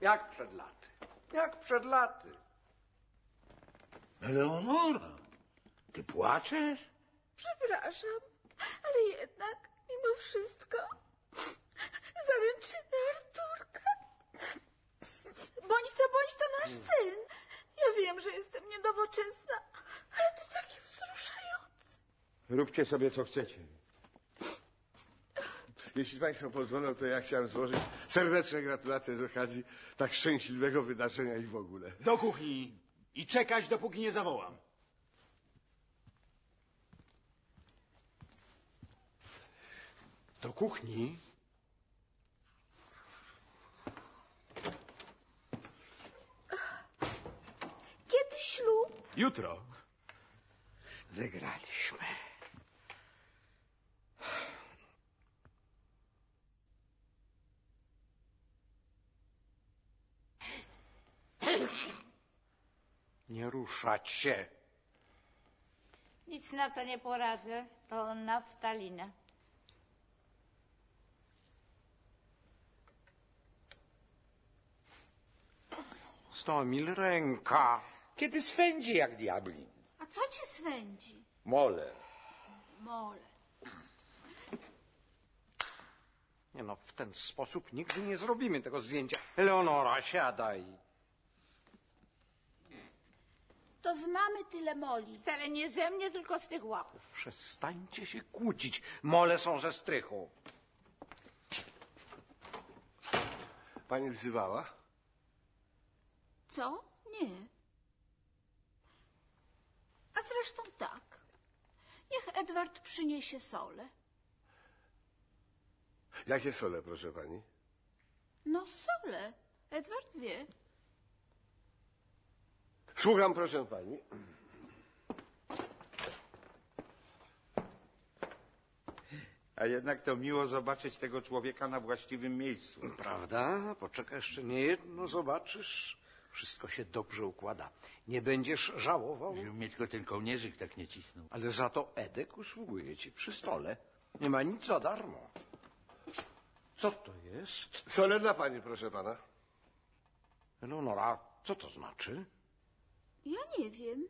S5: jak przed laty. Jak przed laty.
S2: Eleonora, ty płaczesz?
S6: Przepraszam, ale jednak mimo wszystko zaręczyny Arturka. Bądź to, bądź to nasz syn. Ja wiem, że jestem niedowoczesna, ale to takie wzruszające.
S2: Róbcie sobie co chcecie.
S3: Jeśli Państwo pozwolą, to ja chciałem złożyć serdeczne gratulacje z okazji tak szczęśliwego wydarzenia i w ogóle.
S4: Do kuchni i czekać, dopóki nie zawołam.
S5: Do kuchni.
S6: Kiedy ślub?
S4: Jutro.
S5: Wygraliśmy. Nie ruszać się.
S1: Nic na to nie poradzę. To naftalina.
S5: Stomil ręka.
S2: Kiedy swędzi jak diabli.
S6: A co cię swędzi?
S2: Mole.
S6: Mole.
S5: Nie no, w ten sposób nigdy nie zrobimy tego zdjęcia. Eleonora, siadaj.
S6: To z mamy tyle moli.
S1: Wcale nie ze mnie, tylko z tych łachów.
S5: Przestańcie się kłócić. Mole są ze strychu.
S3: Pani wzywała?
S6: Co? Nie. A zresztą tak. Niech Edward przyniesie solę.
S3: Jakie sole, proszę pani?
S6: No solę. Edward wie.
S3: Słucham, proszę pani.
S2: A jednak to miło zobaczyć tego człowieka na właściwym miejscu.
S5: Prawda? Poczekaj jeszcze nie jedno, zobaczysz. Wszystko się dobrze układa. Nie będziesz żałował,
S2: Gdybym mnie tylko ten kołnierzyk tak nie cisnął.
S5: ale za to Edek usługuje ci przy stole. Nie ma nic za darmo. Co to jest?
S3: Sole dla pani, proszę pana.
S5: Eleonora, co to znaczy?
S6: Ja nie wiem.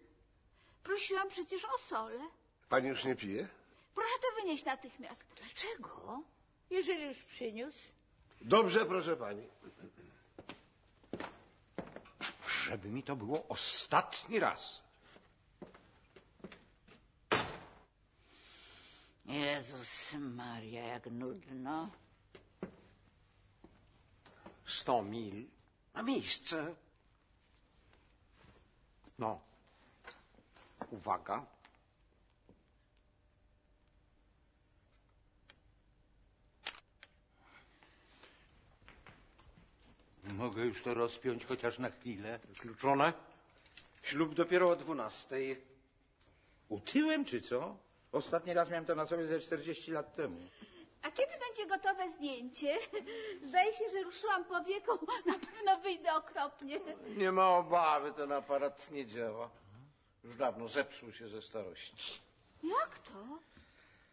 S6: Prosiłam przecież o solę.
S3: Pani już nie pije?
S6: Proszę to wynieść natychmiast.
S1: Dlaczego? Jeżeli już przyniósł.
S3: Dobrze, proszę pani.
S5: Żeby mi to było ostatni raz.
S1: Jezus Maria, jak nudno.
S5: Sto mil na miejsce. No. Uwaga.
S2: Mogę już to rozpiąć chociaż na chwilę.
S5: Wykluczone. Ślub dopiero o dwunastej.
S2: Utyłem czy co? Ostatni raz miałem to na sobie ze 40 lat temu.
S6: A kiedy będzie gotowe zdjęcie? Zdaje się, że ruszyłam powieką. Na pewno wyjdę okropnie.
S17: Nie ma obawy, ten aparat nie działa. Już dawno zepsuł się ze starości.
S6: Jak to?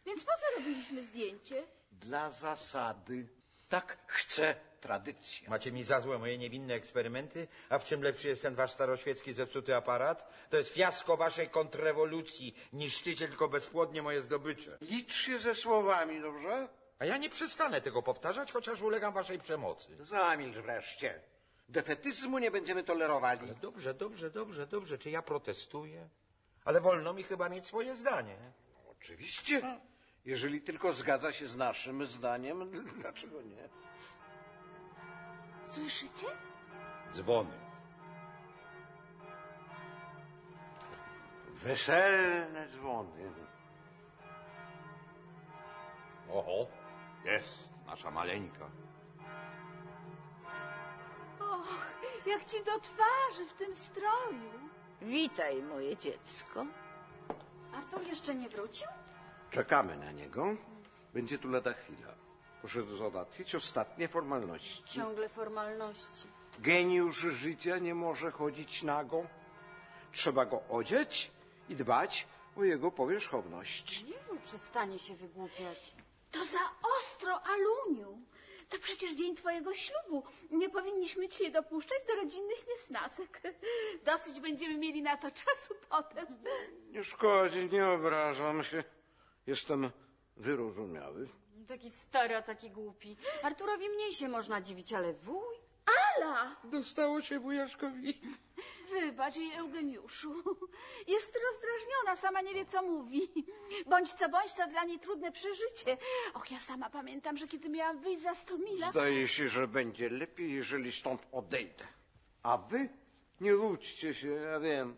S6: Więc po co robiliśmy zdjęcie?
S17: Dla zasady. Tak chce tradycja.
S15: Macie mi za złe moje niewinne eksperymenty, a w czym lepszy jest ten wasz staroświecki zepsuty aparat? To jest fiasko waszej kontrrewolucji. Niszczycie tylko bezpłodnie moje zdobycze.
S17: Licz się ze słowami, dobrze?
S15: A ja nie przestanę tego powtarzać, chociaż ulegam waszej przemocy.
S5: Zamilcz wreszcie. Defetyzmu nie będziemy tolerowali.
S15: Ale dobrze, dobrze, dobrze, dobrze. Czy ja protestuję? Ale wolno mi chyba mieć swoje zdanie.
S17: Oczywiście. Jeżeli tylko zgadza się z naszym zdaniem, dlaczego nie?
S6: Słyszycie?
S2: Dzwony. Weselne dzwony. Oho, jest nasza maleńka.
S6: Och, jak ci do twarzy w tym stroju.
S1: Witaj, moje dziecko.
S7: Artur jeszcze nie wrócił?
S5: Czekamy na niego. Będzie tu lada chwila. Muszę załatwić ostatnie formalności.
S7: Ciągle formalności.
S5: Geniusz życia nie może chodzić nago. Trzeba go odzieć i dbać o jego powierzchowność.
S7: Jezu, przestanie się wygłupiać.
S6: To za ostro, Aluniu. To przecież dzień twojego ślubu. Nie powinniśmy cię dopuszczać do rodzinnych niesnasek. Dosyć będziemy mieli na to czasu potem.
S17: Nie szkodzi, nie obrażam się. Jestem wyrozumiały.
S7: Taki stary, a taki głupi. Arturowi mniej się można dziwić, ale wuj.
S6: Ala!
S17: Dostało się wujaszkowi.
S6: Wybacz jej, Eugeniuszu. Jest rozdrażniona, sama nie wie, co mówi. Bądź co bądź, to dla niej trudne przeżycie. Och, ja sama pamiętam, że kiedy miałam wyjść za sto mila...
S17: Zdaje się, że będzie lepiej, jeżeli stąd odejdę. A wy nie łudźcie się, ja wiem.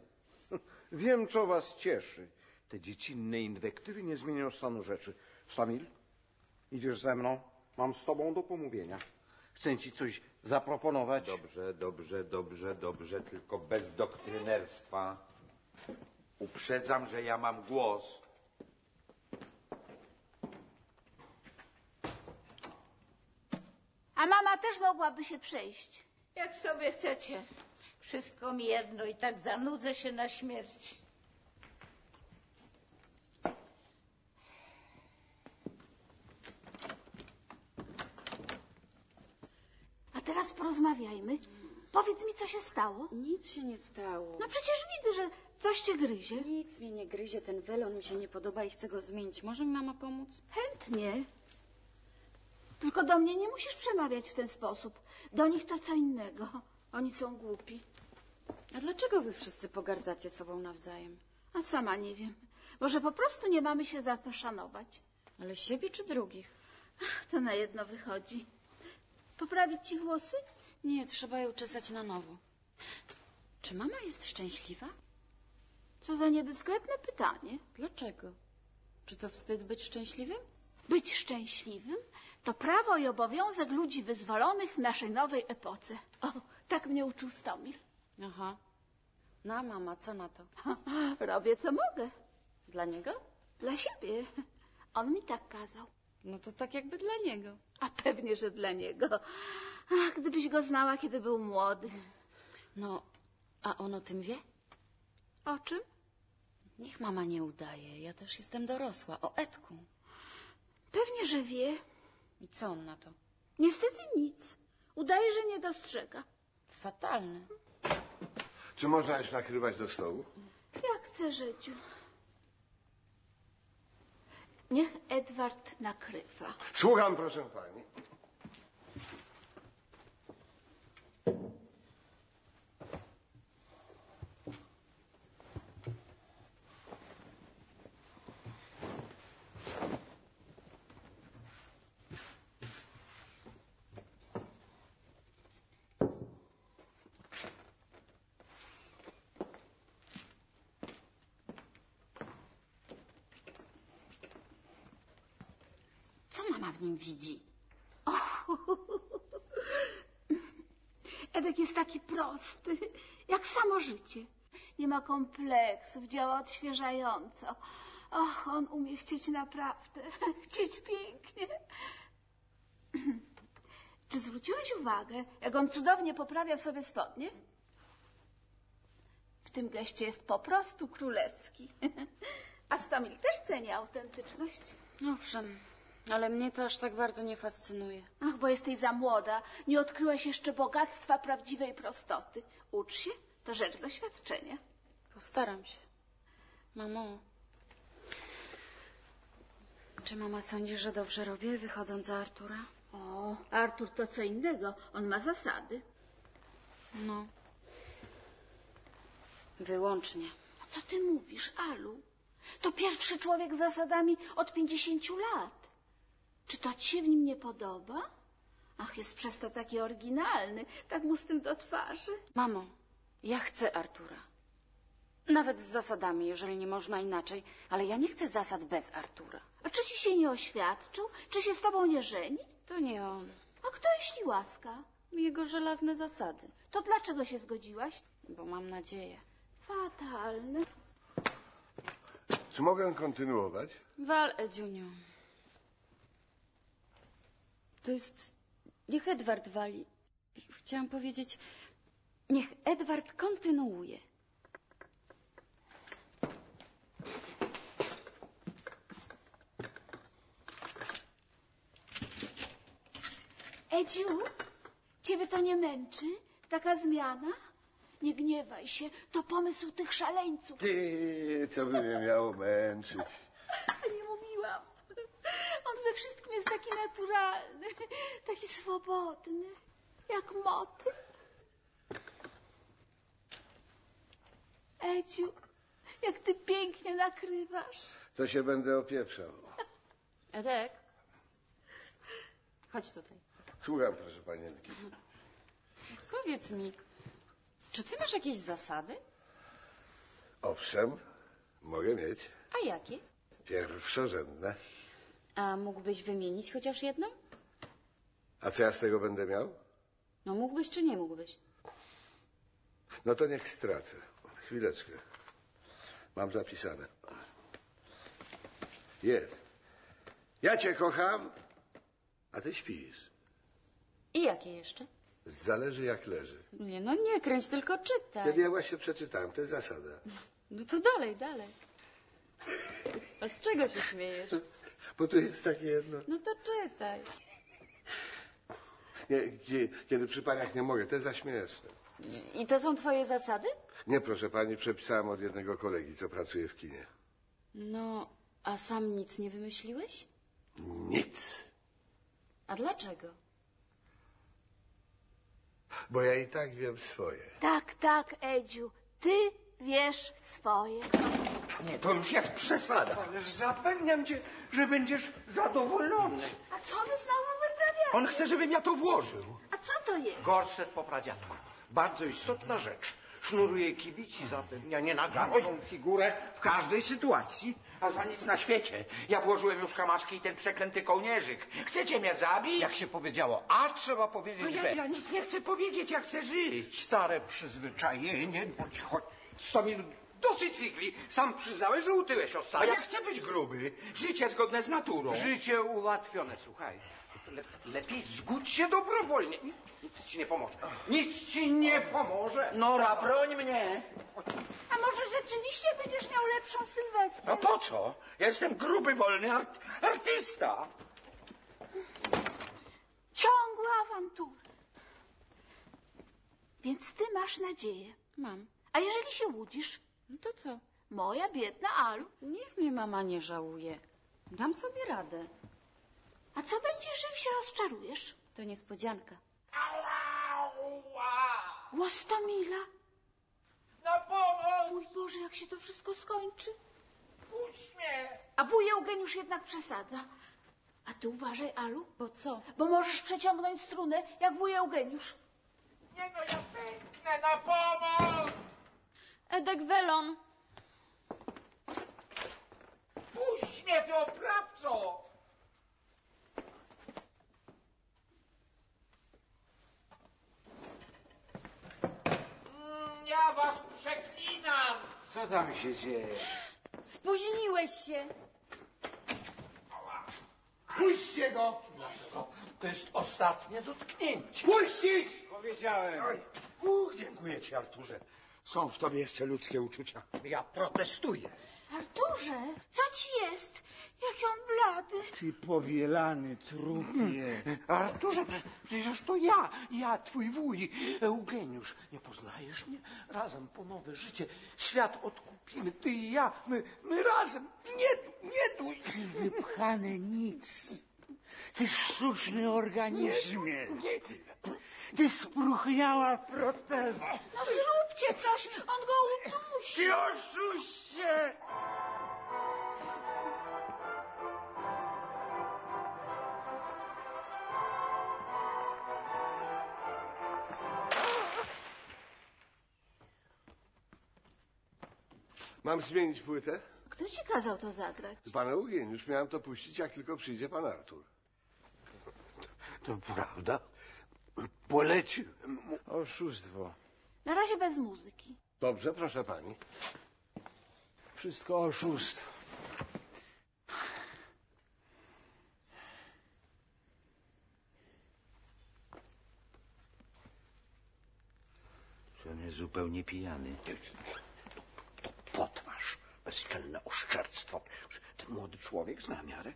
S17: Wiem, co was cieszy. Te dziecinne inwektywy nie zmienią stanu rzeczy. Samil, idziesz ze mną. Mam z tobą do pomówienia. Chcę ci coś zaproponować.
S2: Dobrze, dobrze, dobrze, dobrze, tylko bez doktrynerstwa. Uprzedzam, że ja mam głos.
S6: A mama też mogłaby się przejść.
S1: Jak sobie chcecie. Wszystko mi jedno i tak zanudzę się na śmierć.
S6: A teraz porozmawiajmy. Powiedz mi, co się stało.
S7: Nic się nie stało.
S6: No przecież widzę, że coś cię gryzie.
S7: Nic mnie nie gryzie, ten welon mi się nie podoba i chcę go zmienić. Może mi mama pomóc?
S6: Chętnie. Tylko do mnie nie musisz przemawiać w ten sposób. Do nich to co innego. Oni są głupi.
S7: A dlaczego wy wszyscy pogardzacie sobą nawzajem?
S6: A sama nie wiem. Może po prostu nie mamy się za co szanować.
S7: Ale siebie czy drugich?
S6: Ach, To na jedno wychodzi. Poprawić ci włosy?
S7: Nie, trzeba je uczesać na nowo. Czy mama jest szczęśliwa?
S6: Co za niedyskretne pytanie.
S7: Dlaczego? Czy to wstyd być szczęśliwym?
S6: Być szczęśliwym to prawo i obowiązek ludzi wyzwolonych w naszej nowej epoce. O, tak mnie uczył Stomil.
S7: Aha. Na mama, co na to?
S6: Robię co mogę.
S7: Dla niego?
S6: Dla siebie. On mi tak kazał.
S7: No to tak jakby dla niego.
S6: A pewnie, że dla niego. Ach, gdybyś go znała, kiedy był młody.
S7: No, a on o tym wie?
S6: O czym?
S7: Niech mama nie udaje. Ja też jestem dorosła. O Edku.
S6: Pewnie, że wie.
S7: I co on na to?
S6: Niestety nic. Udaje, że nie dostrzega.
S7: Fatalne.
S3: Czy można już nakrywać do stołu?
S6: Jak chcę, życiu. Niech Edward nakrywa.
S3: Słucham, proszę pani.
S7: Co mama w nim widzi?
S6: Edek jest taki prosty, jak samo życie. Nie ma kompleksów, działa odświeżająco. Och, on umie chcieć naprawdę, chcieć pięknie. Czy zwróciłeś uwagę, jak on cudownie poprawia sobie spodnie? W tym geście jest po prostu królewski. A Stomil też ceni autentyczność.
S7: Owszem, ale mnie to aż tak bardzo nie fascynuje.
S6: Ach, bo jesteś za młoda, nie odkryłaś jeszcze bogactwa prawdziwej prostoty. Ucz się, to rzecz doświadczenia.
S7: Postaram się. Mamo. Czy mama sądzi, że dobrze robię, wychodząc za Artura?
S6: O, Artur to co innego, on ma zasady.
S7: No. Wyłącznie.
S6: A No co ty mówisz, Alu? To pierwszy człowiek z zasadami od 50 lat. Czy to ci się w nim nie podoba? Ach, jest przez to taki oryginalny, tak mu z tym do twarzy.
S7: Mamo, ja chcę Artura. Nawet z zasadami, jeżeli nie można inaczej, ale ja nie chcę zasad bez Artura.
S6: A czy ci się nie oświadczył? Czy się z tobą nie żeni?
S7: To nie on.
S6: A kto, jeśli łaska?
S7: Jego żelazne zasady,
S6: To dlaczego się zgodziłaś?
S7: bo mam nadzieję.
S6: Fatalne.
S3: Czy mogę kontynuować?
S7: Wal, Edziuniu. To jest... Niech Edward wali. Chciałam powiedzieć, niech Edward kontynuuje.
S6: Edziu, ciebie to nie męczy? Taka zmiana? Nie gniewaj się, to pomysł tych szaleńców.
S3: Ty, co by mnie miało męczyć?
S6: Nie mówiłam. On we wszystkim jest taki naturalny, taki swobodny, jak motyl. Edziu, jak ty pięknie nakrywasz.
S3: To się będę opieprzał.
S7: Edek? Chodź tutaj.
S3: Słucham, proszę panienki.
S7: Powiedz mi, czy ty masz jakieś zasady?
S3: Owszem, mogę mieć
S7: A jakie?
S3: pierwszorzędne.
S7: A mógłbyś wymienić chociaż jedną?
S3: A co ja z tego będę miał?
S7: No mógłbyś czy nie mógłbyś?
S3: No to niech stracę. Chwileczkę. Mam zapisane. Jest. Ja cię kocham, a ty śpisz.
S7: I jakie jeszcze?
S3: Zależy jak leży.
S7: Nie, no nie kręć, tylko czytaj.
S3: Kiedy ja właśnie przeczytałem, to jest zasada.
S7: No to dalej, dalej. A z czego się śmiejesz?
S3: Bo tu jest takie jedno.
S7: No to czytaj.
S3: Nie, kie- kiedy przy paniach nie mogę, to jest za śmieszne.
S7: I to są twoje zasady?
S3: Nie, proszę pani, przepisałem od jednego kolegi, co pracuje w kinie.
S7: No, a sam nic nie wymyśliłeś?
S3: Nic.
S7: A dlaczego?
S3: bo ja i tak wiem swoje.
S6: Tak, tak, Edziu, ty wiesz swoje.
S2: Nie, to już jest przesada.
S17: Ależ zapewniam cię, że będziesz zadowolony.
S6: A co wy znowu wyprawiacie?
S18: On chce, żebym ja to włożył.
S6: A co to jest?
S18: Gorset po pradziadku. Bardzo istotna rzecz. Sznuruje kibici zatem. Ja nie nagarną figurę w każdej sytuacji.
S2: A za nic na świecie. Ja włożyłem już kamaszki i ten przeklęty kołnierzyk. Chcecie mnie zabić?
S18: Jak się powiedziało A, trzeba powiedzieć
S2: No ja,
S18: B.
S2: ja nic nie chcę powiedzieć, ja chcę żyć.
S18: Stare przyzwyczajenie. Chodź, chodź. Stomilu, dosyć figli. Sam przyznałeś, że utyłeś
S2: A
S18: ostatnio.
S2: ja chcę być gruby. Życie zgodne z naturą.
S18: Życie ułatwione, słuchaj. Le, lepiej zgódź się dobrowolnie. Nic ci nie pomoże. Nic ci nie pomoże.
S2: Nora, broń mnie.
S6: A może rzeczywiście będziesz miał lepszą sylwetkę?
S2: No po co? Ja jestem gruby, wolny art- artysta.
S6: Ciągła awantura. Więc ty masz nadzieję.
S7: Mam.
S6: A jeżeli się łudzisz?
S7: No to co?
S6: Moja biedna Alu.
S7: Niech mnie mama nie żałuje. Dam sobie radę.
S6: A co będzie, jeżeli się rozczarujesz?
S7: To niespodzianka.
S6: Głos Tomila.
S19: Na pomoc!
S6: Mój Boże, jak się to wszystko skończy.
S19: Puść mnie!
S6: A wuj Eugeniusz jednak przesadza. A ty uważaj, Alu,
S7: Bo co?
S6: bo możesz przeciągnąć strunę jak wuj Eugeniusz.
S19: Nie no, ja pęknę! Na pomoc!
S7: Edek Welon.
S19: Puść mnie, ty oprawco! Mm, Ja was przeklinam!
S4: Co tam się dzieje?
S7: Spóźniłeś się.
S4: Puśćcie go!
S5: Dlaczego? To jest ostatnie dotknięcie.
S4: Puścić! Powiedziałem.
S5: Oj, uch, dziękuję ci, Arturze. Są w tobie jeszcze ludzkie uczucia. Ja protestuję.
S6: Arturze, co ci jest? Jaki on blady.
S4: Ty powielany trupie.
S5: Hmm. Arturze, prze- przecież to ja, ja, twój wuj, Eugeniusz. Nie poznajesz mnie? Razem po nowe życie. Świat odkupimy, ty i ja, my, my razem. Nie, nie duj.
S20: Wypchane nic. Ty sztuczny organizmie.
S5: Nie, ty.
S20: Ty spruchniała proteza.
S6: No zróbcie coś, on go udusi.
S20: Ty oszuście!
S3: Mam zmienić płytę?
S6: Kto ci kazał to zagrać?
S3: Pan Eugen, już miałem to puścić, jak tylko przyjdzie pan Artur.
S20: To prawda. Poleciłem mu.
S4: Oszustwo.
S6: Na razie bez muzyki.
S3: Dobrze, proszę pani.
S4: Wszystko oszustwo.
S2: Czy on jest zupełnie pijany?
S5: Potwarz, bezczelne oszczerstwo. Ten młody człowiek zna miarę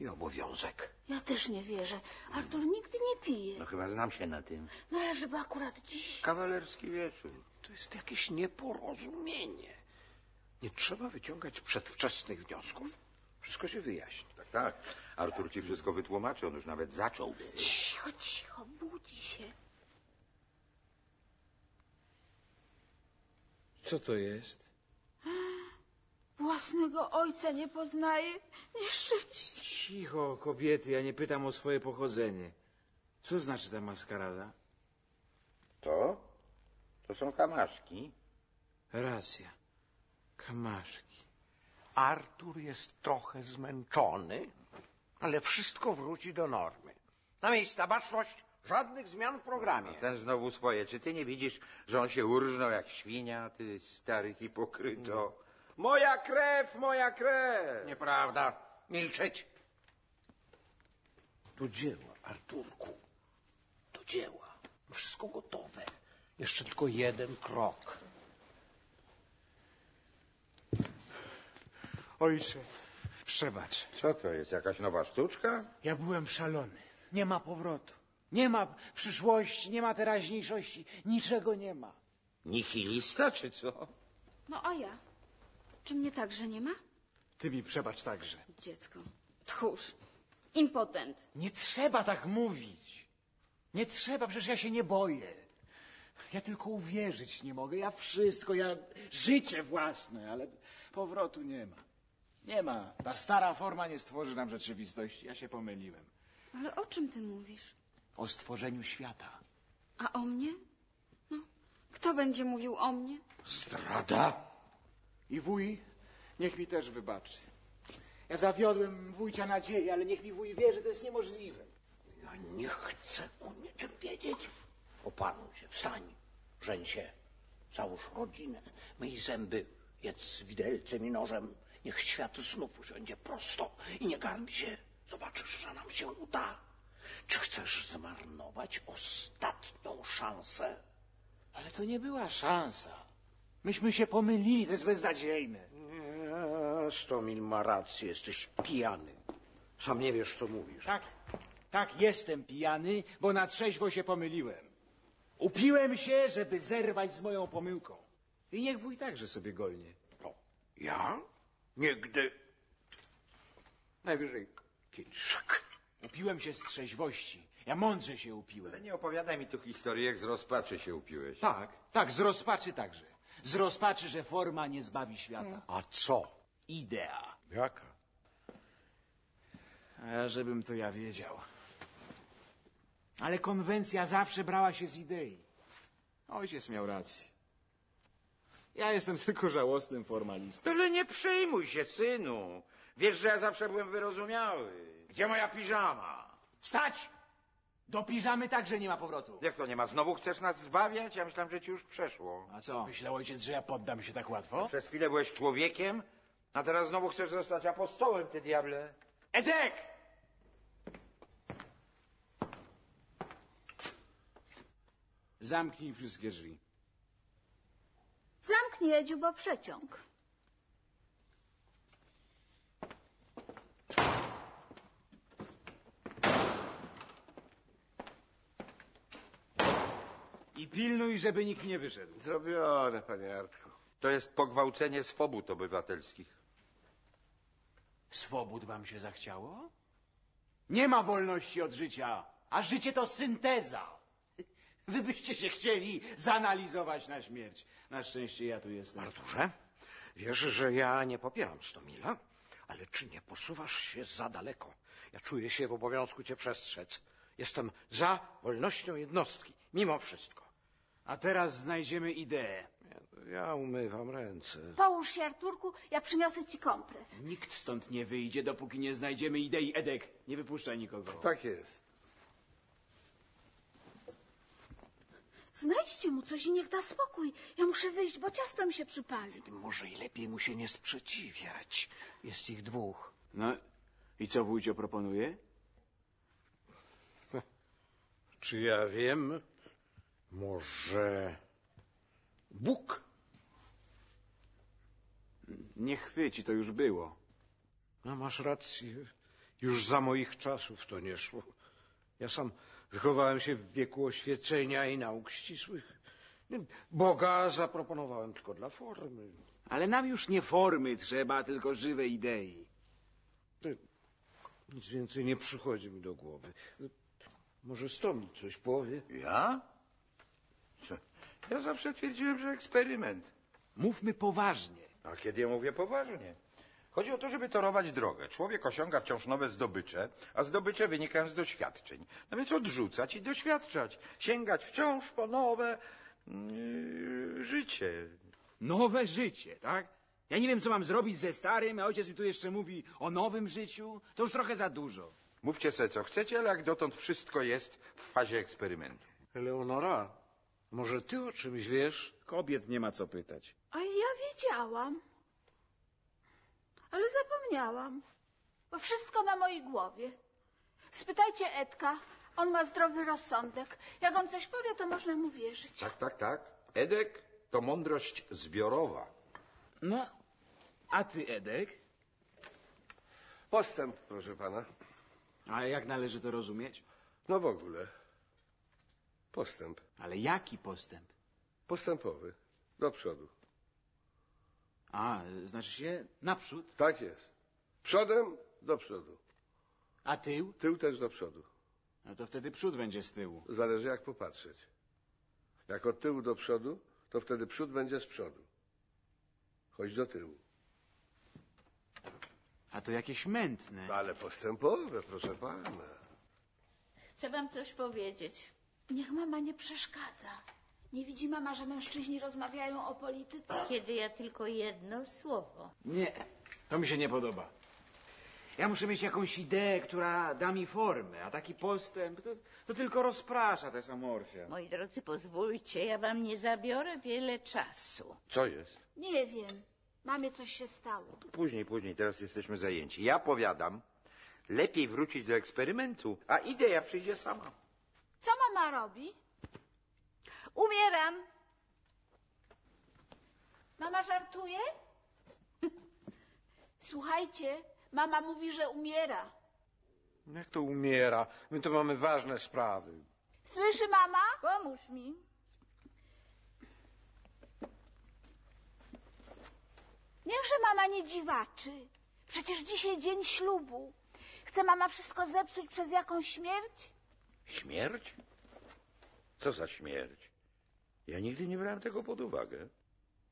S5: i obowiązek.
S6: Ja też nie wierzę. Artur nigdy nie pije.
S2: No chyba znam się na tym.
S6: No ale żeby akurat dziś.
S2: Kawalerski wieczór.
S5: To jest jakieś nieporozumienie. Nie trzeba wyciągać przedwczesnych wniosków. Wszystko się wyjaśni.
S2: Tak, tak. Artur ci wszystko wytłumaczy, on już nawet zaczął.
S6: Cicho, cicho, budzi się.
S4: Co to jest?
S6: Własnego ojca nie poznaje. Nieszczęście.
S4: Cicho, kobiety, ja nie pytam o swoje pochodzenie. Co znaczy ta maskarada?
S2: To? To są kamaszki.
S4: Racja. Kamaszki.
S20: Artur jest trochę zmęczony, ale wszystko wróci do normy. Na miejsca baczność, żadnych zmian w programie.
S2: Ten znowu swoje. Czy ty nie widzisz, że on się urżnął jak świnia, ty stary hipokryto? Moja krew, moja krew!
S20: Nieprawda. Milczeć. Do dzieła, Arturku. Do dzieła. Wszystko gotowe. Jeszcze tylko jeden krok.
S18: Ojcze, przebacz.
S2: Co to jest, jakaś nowa sztuczka?
S18: Ja byłem szalony. Nie ma powrotu. Nie ma przyszłości, nie ma teraźniejszości. Niczego nie ma.
S2: Nihilista czy co?
S7: No a ja? Czy mnie także nie ma?
S18: Ty mi przebacz także.
S7: Dziecko. Tchórz. Impotent.
S18: Nie trzeba tak mówić. Nie trzeba, przecież ja się nie boję.
S4: Ja tylko uwierzyć nie mogę. Ja wszystko, ja życie własne, ale powrotu nie ma. Nie ma. Ta stara forma nie stworzy nam rzeczywistości. Ja się pomyliłem.
S7: Ale o czym ty mówisz?
S4: O stworzeniu świata.
S7: A o mnie? No, kto będzie mówił o mnie?
S4: Zdrada? I wuj, niech mi też wybaczy. Ja zawiodłem wujcia nadziei, ale niech mi wuj wie, że to jest niemożliwe.
S5: Ja nie chcę o niczym wiedzieć. Opanuj się, wstań, żeń się, załóż rodzinę, myj zęby, jedz widelcem i nożem. Niech świat znów usiądzie prosto i nie garbi się. Zobaczysz, że nam się uda. Czy chcesz zmarnować ostatnią szansę?
S4: Ale to nie była szansa. Myśmy się pomylili, to jest beznadziejne.
S20: Nie, Stomil ma rację, jesteś pijany. Sam nie wiesz, co mówisz.
S4: Tak, tak, jestem pijany, bo na trzeźwo się pomyliłem. Upiłem się, żeby zerwać z moją pomyłką. I niech wuj także sobie golnie.
S20: Ja? Nigdy. Najwyżej kieliszek.
S4: Upiłem się z trzeźwości. Ja mądrze się upiłem.
S15: Nie opowiadaj mi tu historii, jak z rozpaczy się upiłeś.
S4: Tak, tak, z rozpaczy także. Z rozpaczy, że forma nie zbawi świata.
S20: A co?
S4: Idea.
S20: Jaka?
S4: A żebym to ja wiedział. Ale konwencja zawsze brała się z idei. Ojciec miał rację. Ja jestem tylko żałosnym formalistą.
S2: Ale nie przejmuj się, synu. Wiesz, że ja zawsze byłem wyrozumiały. Gdzie moja piżama?
S4: Stać! Do piżamy także nie ma powrotu.
S2: Jak to nie ma? Znowu chcesz nas zbawiać? Ja myślałem, że ci już przeszło.
S4: A co? Myślał ojciec, że ja poddam się tak łatwo?
S2: Przez chwilę byłeś człowiekiem, a teraz znowu chcesz zostać apostołem, ty diable.
S4: Edek! Zamknij wszystkie drzwi.
S6: Zamknij, Edziu, bo przeciąg.
S4: I pilnuj, żeby nikt nie wyszedł.
S3: Zrobione, panie Artku.
S2: To jest pogwałcenie swobód obywatelskich.
S4: Swobód wam się zachciało? Nie ma wolności od życia, a życie to synteza. Wy byście się chcieli zanalizować na śmierć. Na szczęście ja tu jestem.
S20: Arturze, wiesz, że ja nie popieram Stomila, ale czy nie posuwasz się za daleko? Ja czuję się w obowiązku cię przestrzec. Jestem za wolnością jednostki, mimo wszystko.
S4: A teraz znajdziemy ideę.
S20: Ja umywam ręce.
S6: Połóż się, Arturku, ja przyniosę ci kompres.
S4: Nikt stąd nie wyjdzie, dopóki nie znajdziemy idei. Edek, nie wypuszczaj nikogo.
S3: Tak jest.
S6: Znajdźcie mu coś i niech da spokój. Ja muszę wyjść, bo ciasto mi się przypali.
S5: Może i lepiej mu się nie sprzeciwiać. Jest ich dwóch.
S4: No i co wujcio proponuje?
S20: Czy ja wiem? Może. Bóg?
S4: Nie chwyci, to już było.
S20: No masz rację. Już za moich czasów to nie szło. Ja sam wychowałem się w wieku oświecenia i nauk ścisłych. Boga zaproponowałem tylko dla formy.
S4: Ale nam już nie formy trzeba, tylko żywe idei.
S20: Nic więcej nie przychodzi mi do głowy. Może Stomi coś powie?
S2: Ja? Co? Ja zawsze twierdziłem, że eksperyment.
S4: Mówmy poważnie.
S2: A kiedy ja mówię poważnie? Chodzi o to, żeby torować drogę. Człowiek osiąga wciąż nowe zdobycze, a zdobycze wynikają z doświadczeń. No więc odrzucać i doświadczać. Sięgać wciąż po nowe yy, życie.
S4: Nowe życie, tak? Ja nie wiem, co mam zrobić ze starym, a ojciec mi tu jeszcze mówi o nowym życiu. To już trochę za dużo.
S2: Mówcie se co chcecie, ale jak dotąd wszystko jest w fazie eksperymentu.
S20: Eleonora, może ty o czymś wiesz?
S4: Kobiet nie ma co pytać.
S6: A ja wiedziałam. Ale zapomniałam. Bo wszystko na mojej głowie. Spytajcie Edka. On ma zdrowy rozsądek. Jak on coś powie, to można mu wierzyć.
S2: Tak, tak, tak. Edek to mądrość zbiorowa.
S4: No, a ty, Edek?
S3: Postęp, proszę pana.
S4: A jak należy to rozumieć?
S3: No w ogóle. Postęp.
S4: Ale jaki postęp?
S3: Postępowy. Do przodu.
S4: A, znaczy się naprzód,
S3: Tak jest. Przodem do przodu.
S4: a tył?
S3: Tył też do przodu.
S4: No to wtedy przód będzie z tyłu.
S3: Zależy jak popatrzeć. Jak od tyłu do przodu, to wtedy przód będzie z przodu. Chodź do tyłu.
S4: A to jakieś mętne.
S3: Ale postępowe, proszę pana.
S6: Chcę wam coś powiedzieć. Niech mama nie przeszkadza. Nie widzi mama, że mężczyźni rozmawiają o polityce?
S1: Kiedy ja tylko jedno słowo.
S4: Nie, to mi się nie podoba. Ja muszę mieć jakąś ideę, która da mi formę, a taki postęp to, to tylko rozprasza tę samorfię.
S20: No,
S1: Moi drodzy, pozwólcie, ja wam nie zabiorę wiele czasu.
S2: Co jest?
S6: Nie wiem. Mamie coś się stało.
S2: Później, później, teraz jesteśmy zajęci. Ja powiadam, lepiej wrócić do eksperymentu, a idea przyjdzie sama.
S6: Co mama robi?
S16: Umieram.
S6: Mama żartuje? Słuchajcie, mama mówi, że umiera.
S20: No Jak to umiera? My to mamy ważne sprawy.
S6: Słyszy mama?
S16: Pomóż mi.
S6: Niechże mama nie dziwaczy. Przecież dzisiaj dzień ślubu. Chce mama wszystko zepsuć przez jakąś śmierć?
S2: Śmierć? Co za śmierć? Ja nigdy nie brałem tego pod uwagę.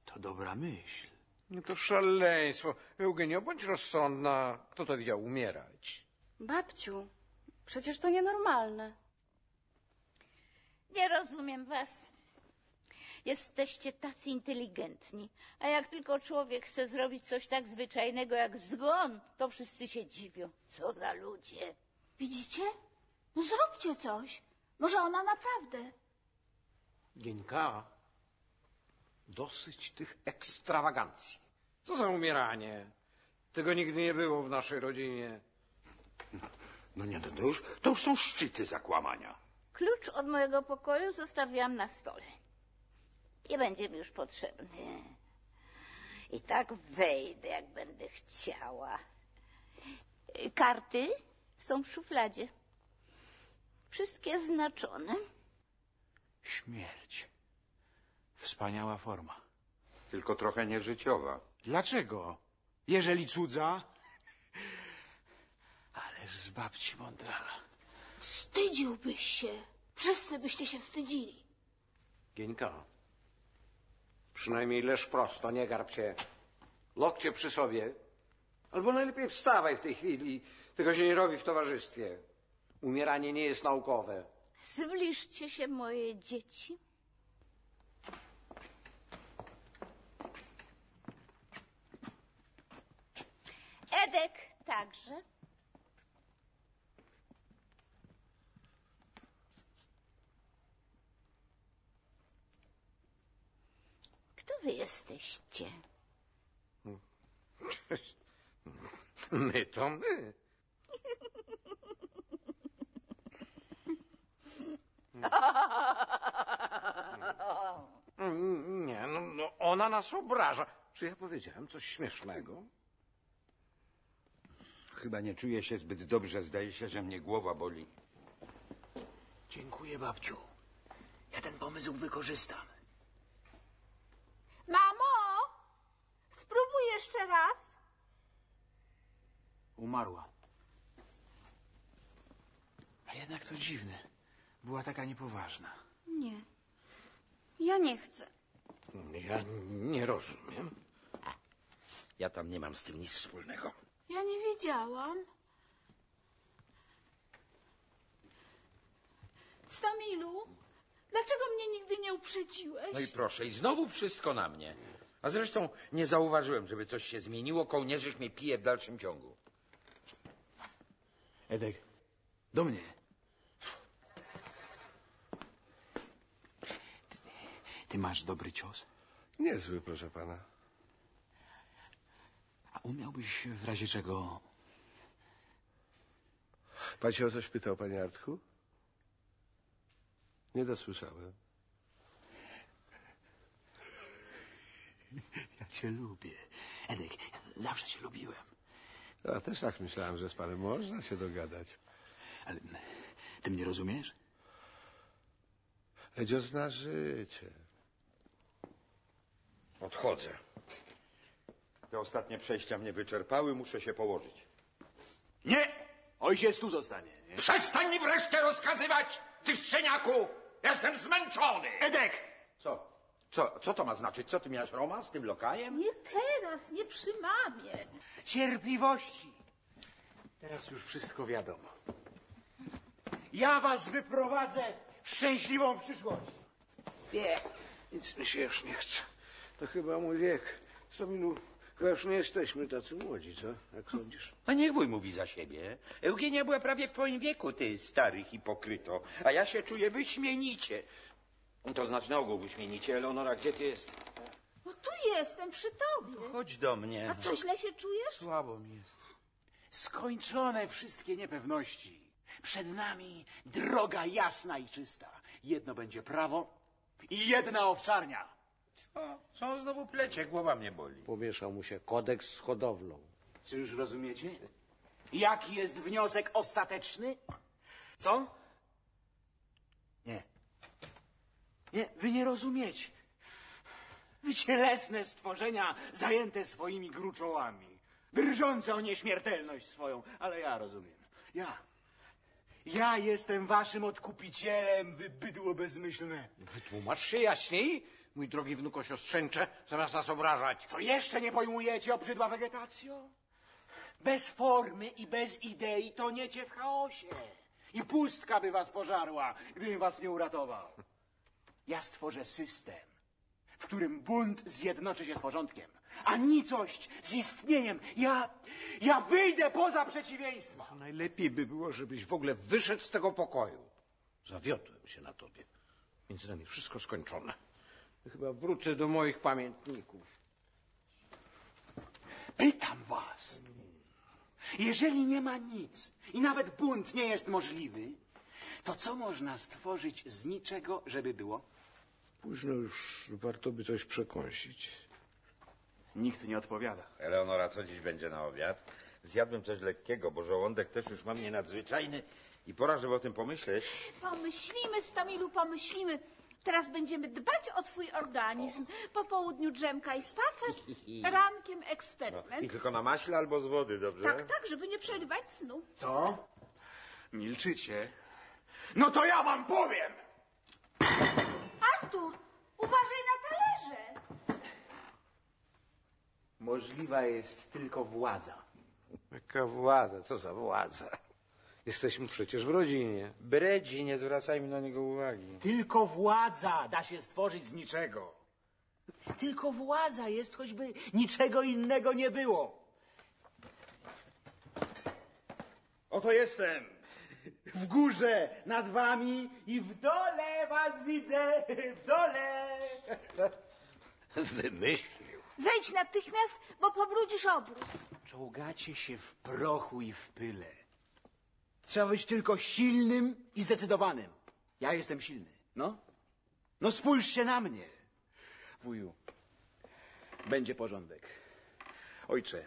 S4: To dobra myśl.
S20: No to szaleństwo. Eugenio, bądź rozsądna. Kto to widział umierać?
S7: Babciu, przecież to nienormalne.
S1: Nie rozumiem was. Jesteście tacy inteligentni, a jak tylko człowiek chce zrobić coś tak zwyczajnego jak zgon, to wszyscy się dziwią. Co za ludzie.
S6: Widzicie? No zróbcie coś. Może ona naprawdę.
S20: Gienka, dosyć tych ekstrawagancji. Co za umieranie? Tego nigdy nie było w naszej rodzinie.
S2: No nie, no to już, to już są szczyty zakłamania.
S1: Klucz od mojego pokoju zostawiłam na stole. Nie będzie mi już potrzebny. I tak wejdę, jak będę chciała. Y, Karty są w szufladzie. Wszystkie znaczone.
S4: Śmierć. Wspaniała forma.
S2: Tylko trochę nieżyciowa.
S4: Dlaczego? Jeżeli cudza. Ależ z babci Mondrala.
S6: Wstydziłbyś się. Wszyscy byście się wstydzili.
S20: Gieńka, przynajmniej leż prosto, nie garb się. Lokcie przy sobie. Albo najlepiej wstawaj w tej chwili. Tego się nie robi w towarzystwie. Umieranie nie jest naukowe.
S1: Zbliżcie się, moje dzieci. Edek także. Kto wy jesteście?
S20: My to my. Mm, Nie, no, no ona nas obraża. Czy ja powiedziałem coś śmiesznego?
S2: Chyba nie czuję się zbyt dobrze. Zdaje się, że mnie głowa boli.
S5: Dziękuję, babciu. Ja ten pomysł wykorzystam.
S6: Mamo! Spróbuj jeszcze raz.
S4: Umarła. A jednak to dziwne. Była taka niepoważna.
S7: Nie. Ja nie chcę.
S20: Ja nie rozumiem.
S2: Ja tam nie mam z tym nic wspólnego.
S6: Ja nie wiedziałam. Stamilu, dlaczego mnie nigdy nie uprzedziłeś?
S2: No i proszę, i znowu wszystko na mnie. A zresztą nie zauważyłem, żeby coś się zmieniło. Kołnierzyk mnie pije w dalszym ciągu.
S4: Edek, do mnie. Ty- Ty masz dobry cios?
S3: Niezły, proszę pana.
S4: A umiałbyś w razie czego...
S3: Pan się o coś pytał, panie Artku? Nie dosłyszałem.
S4: Ja cię lubię. Edek, ja zawsze cię lubiłem.
S3: Ja też tak myślałem, że z panem można się dogadać.
S4: Ale ty mnie rozumiesz?
S3: Edzio zna życie.
S2: Odchodzę. Te ostatnie przejścia mnie wyczerpały, muszę się położyć.
S4: Nie! Ojciec tu zostanie.
S18: Przestań mi wreszcie rozkazywać, ty szczeniaku!
S2: Jestem zmęczony!
S4: Edek!
S2: Co? Co, co to ma znaczyć? Co ty miałaś, Roma, z tym lokajem?
S6: Nie teraz, nie przy mamie.
S4: Cierpliwości. Teraz już wszystko wiadomo. Ja was wyprowadzę w szczęśliwą przyszłość.
S17: Nie. Nic mi się już nie chce. To chyba mój wiek. Stomilu, chyba już nie jesteśmy tacy młodzi, co? Jak sądzisz?
S2: A niech wuj mówi za siebie. Eugenia była prawie w twoim wieku, ty stary hipokryto. A ja się czuję wyśmienicie. To znaczy na ogół wyśmienicie. Eleonora, gdzie ty jest?
S6: No tu jestem, przy tobie.
S2: Chodź do mnie.
S6: A co, źle się czujesz?
S2: Słabo mi jest.
S4: Skończone wszystkie niepewności. Przed nami droga jasna i czysta. Jedno będzie prawo i jedna owczarnia.
S2: O, co znowu plecie? Głowa mnie boli.
S17: Pomieszał mu się kodeks z hodowlą.
S4: Czy już rozumiecie? Jaki jest wniosek ostateczny? Co? Nie. Nie, wy nie rozumiecie. Wy cielesne stworzenia zajęte swoimi gruczołami, drżące o nieśmiertelność swoją, ale ja rozumiem. Ja. Ja jestem waszym odkupicielem, wy bydło bezmyślne.
S17: Wytłumacz się jaśniej, mój drogi wnuko siostrzęcze, zamiast nas obrażać.
S4: Co jeszcze nie pojmujecie, obrzydła wegetacjo? Bez formy i bez idei toniecie w chaosie. I pustka by was pożarła, gdybym was nie uratował. Ja stworzę system, w którym bunt zjednoczy się z porządkiem, a nicość z istnieniem. Ja, ja wyjdę poza przeciwieństwa.
S17: Najlepiej by było, żebyś w ogóle wyszedł z tego pokoju. Zawiodłem się na tobie. Między nami wszystko skończone. Chyba wrócę do moich pamiętników.
S4: Pytam was. Jeżeli nie ma nic i nawet bunt nie jest możliwy, to co można stworzyć z niczego, żeby było?
S20: Późno już warto by coś przekąsić.
S4: Nikt nie odpowiada.
S15: Eleonora, co dziś będzie na obiad? Zjadłem coś lekkiego, bo żołądek też już mam nienadzwyczajny i pora, żeby o tym pomyśleć.
S6: Pomyślimy, Stomilu, pomyślimy. Teraz będziemy dbać o twój organizm. Po południu drzemka i spacer, rankiem
S15: I
S6: eksperyment.
S15: tylko na maśle albo z wody, dobrze?
S6: Tak, tak, żeby nie przerywać snu.
S4: Co? Milczycie? No to ja wam powiem!
S6: Artur, uważaj na talerze.
S4: Możliwa jest tylko władza.
S17: Jaka władza, co za władza. Jesteśmy przecież w rodzinie.
S15: Bredzi, nie zwracajmy na niego uwagi.
S4: Tylko władza da się stworzyć z niczego. Tylko władza jest, choćby niczego innego nie było. Oto jestem. W górze, nad wami i w dole was widzę. W dole.
S5: Wymyślił.
S6: Zejdź natychmiast, bo pobrudzisz obrus.
S4: Czołgacie się w prochu i w pyle. Trzeba być tylko silnym i zdecydowanym. Ja jestem silny. No? No spójrzcie na mnie. Wuju, będzie porządek. Ojcze,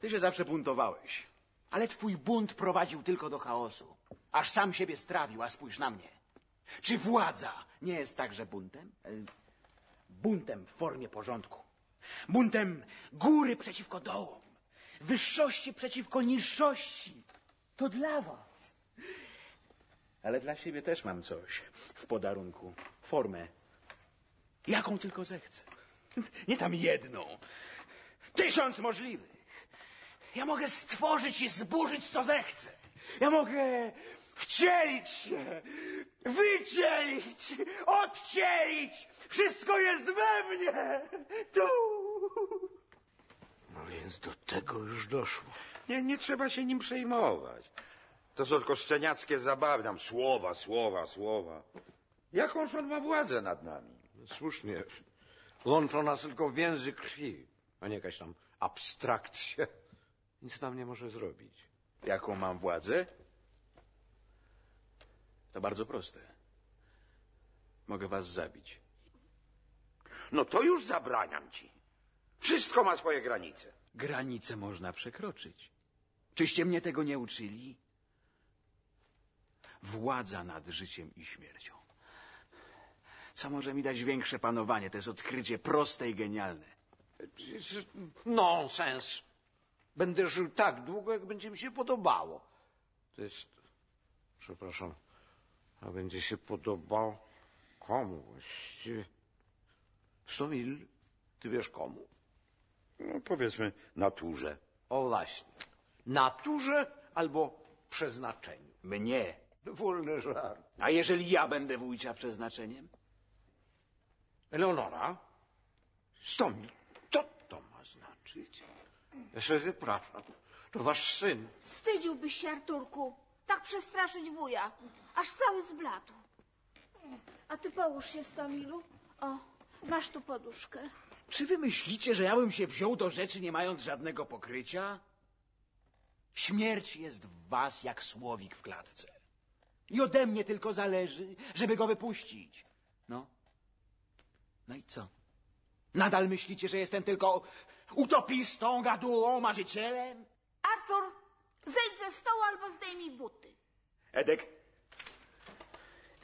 S4: ty się zawsze buntowałeś, ale twój bunt prowadził tylko do chaosu. Aż sam siebie strawił, a spójrz na mnie. Czy władza nie jest także buntem? E, Buntem w formie porządku. Buntem góry przeciwko dołom. Wyższości przeciwko niższości. To dla was. Ale dla siebie też mam coś w podarunku. Formę. Jaką tylko zechcę. Nie tam jedną. Tysiąc możliwych. Ja mogę stworzyć i zburzyć, co zechcę. Ja mogę wcielić się, wycielić, odcielić. Wszystko jest we mnie. Tu.
S20: No więc do tego już doszło.
S2: Nie, nie trzeba się nim przejmować.
S15: To są tylko szczeniackie zabawy, tam słowa, słowa, słowa. Jakąż on ma władzę nad nami?
S20: No Słusznie. Łączą nas tylko więzy krwi, a nie jakaś tam abstrakcja. Nic nam nie może zrobić.
S4: Jaką mam władzę? To bardzo proste. Mogę was zabić.
S2: No to już zabraniam ci. Wszystko ma swoje granice.
S4: Granice można przekroczyć. Czyście mnie tego nie uczyli? Władza nad życiem i śmiercią. Co może mi dać większe panowanie? To jest odkrycie proste i genialne.
S20: Nonsens. Będę żył tak długo, jak będzie mi się podobało. To jest, przepraszam,
S17: a będzie się podobał komuś. Stomil, ty wiesz komu?
S12: No, powiedzmy naturze.
S17: O właśnie. Naturze albo przeznaczeniu.
S4: Mnie.
S17: Wolny żart.
S4: A jeżeli ja będę wujcia przeznaczeniem?
S17: Eleonora, Stomil, co to ma znaczyć? Ja się wypraszam. To wasz syn.
S6: Wstydziłbyś się, Arturku, tak przestraszyć wuja, aż cały zbladł. A ty połóż się, Stomilu. O, masz tu poduszkę.
S4: Czy wy myślicie, że ja bym się wziął do rzeczy, nie mając żadnego pokrycia? Śmierć jest w was jak słowik w klatce. I ode mnie tylko zależy, żeby go wypuścić. No. No i co? Nadal myślicie, że jestem tylko utopistą, gadułą, marzycielem?
S6: Artur, zejdź ze stołu albo zdejmij buty.
S4: Edek,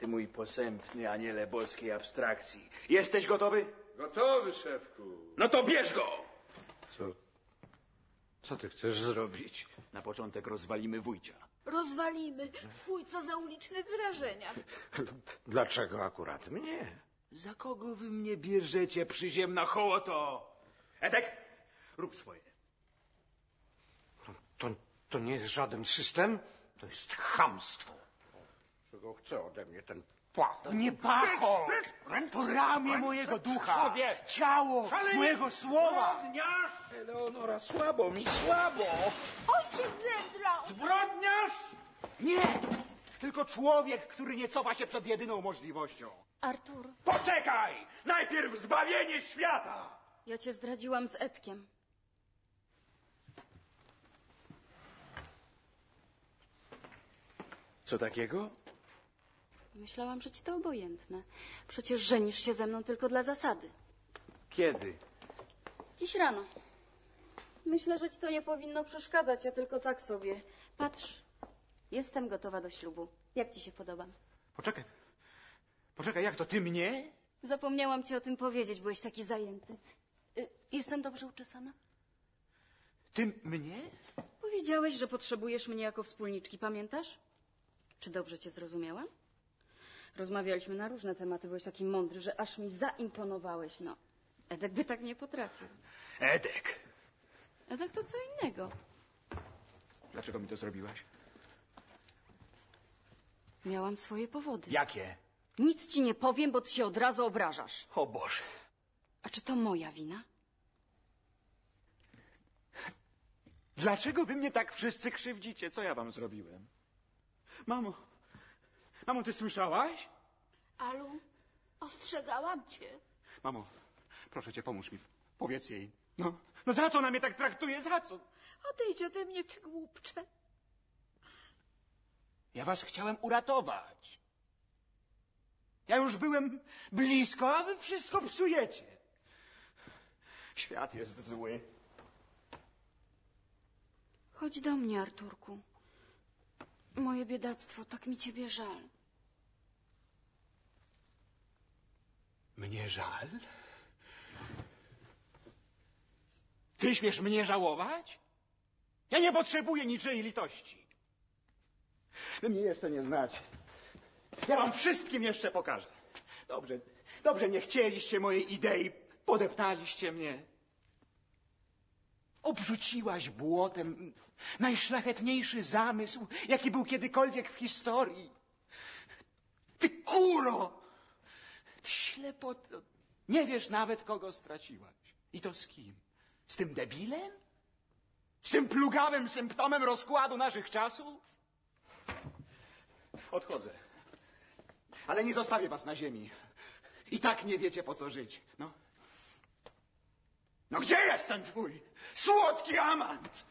S4: ty mój posępny aniele boskiej abstrakcji. Jesteś gotowy?
S3: Gotowy, szefku.
S4: No to bierz go!
S17: Co? Co ty chcesz zrobić?
S4: Na początek rozwalimy wujcia.
S6: Rozwalimy. Fuj, co za uliczne wyrażenia.
S17: Dlaczego akurat mnie?
S4: Za kogo wy mnie bierzecie, przyziemna hołoto? Edek, rób swoje.
S17: No, To, to nie jest żaden system, to jest chamstwo. Czego chce ode mnie ten płach?
S4: To nie pacho! To ramię mojego ducha, ciało mojego słowa!
S18: Zbrodniarz!
S5: Eleonora, słabo mi, słabo!
S6: Ojciec zemdlał!
S18: Zbrodniarz!
S4: Nie! Tylko człowiek, który nie cofa się przed jedyną możliwością.
S7: Artur,
S4: Poczekaj! Najpierw zbawienie świata!
S7: ja cię zdradziłam z Edkiem.
S4: Co takiego?
S7: Myślałam, że ci to obojętne. Przecież żenisz się ze mną tylko dla zasady.
S4: Kiedy?
S7: Dziś rano. Myślę, że ci to nie powinno przeszkadzać, ja tylko tak sobie. Patrz, jestem gotowa do ślubu. Jak ci się podobam?
S4: Poczekaj. Poczekaj, jak to ty mnie?
S7: Zapomniałam ci o tym powiedzieć, byłeś taki zajęty. Y, Jestem dobrze uczesana?
S4: Ty mnie?
S7: Powiedziałeś, że potrzebujesz mnie jako wspólniczki, pamiętasz? Czy dobrze cię zrozumiałam? Rozmawialiśmy na różne tematy, byłeś taki mądry, że aż mi zaimponowałeś, no. Edek by tak nie potrafił.
S4: Edek!
S7: Edek tak to co innego.
S4: Dlaczego mi to zrobiłaś?
S7: Miałam swoje powody.
S4: Jakie?
S7: Nic ci nie powiem, bo ty się od razu obrażasz.
S4: O Boże!
S7: A czy to moja wina?
S4: Dlaczego wy mnie tak wszyscy krzywdzicie? Co ja wam zrobiłem? Mamo, mamo, ty słyszałaś?
S6: Alu, ostrzegałam cię.
S4: Mamo, proszę cię, pomóż mi. Powiedz jej. No, no za co ona mnie tak traktuje? Za co?
S6: Odejdź ode mnie, ty głupcze.
S4: Ja was chciałem uratować. Ja już byłem blisko, a wy wszystko psujecie. Świat jest zły.
S7: Chodź do mnie, Arturku. Moje biedactwo, tak mi ciebie żal.
S4: Mnie żal? Ty śmiesz mnie żałować? Ja nie potrzebuję niczyjej litości. Wy mnie jeszcze nie znacie. Ja wam wszystkim jeszcze pokażę. Dobrze, dobrze, nie chcieliście mojej idei, podeptaliście mnie. Obrzuciłaś błotem najszlachetniejszy zamysł, jaki był kiedykolwiek w historii. Ty kuro! Ty ślepoto. Nie wiesz nawet, kogo straciłaś. I to z kim? Z tym debilem? Z tym plugawym symptomem rozkładu naszych czasów? Odchodzę. Ale nie zostawię was na ziemi. I tak nie wiecie, po co żyć. No. No gdzie jest ten twój słodki amant?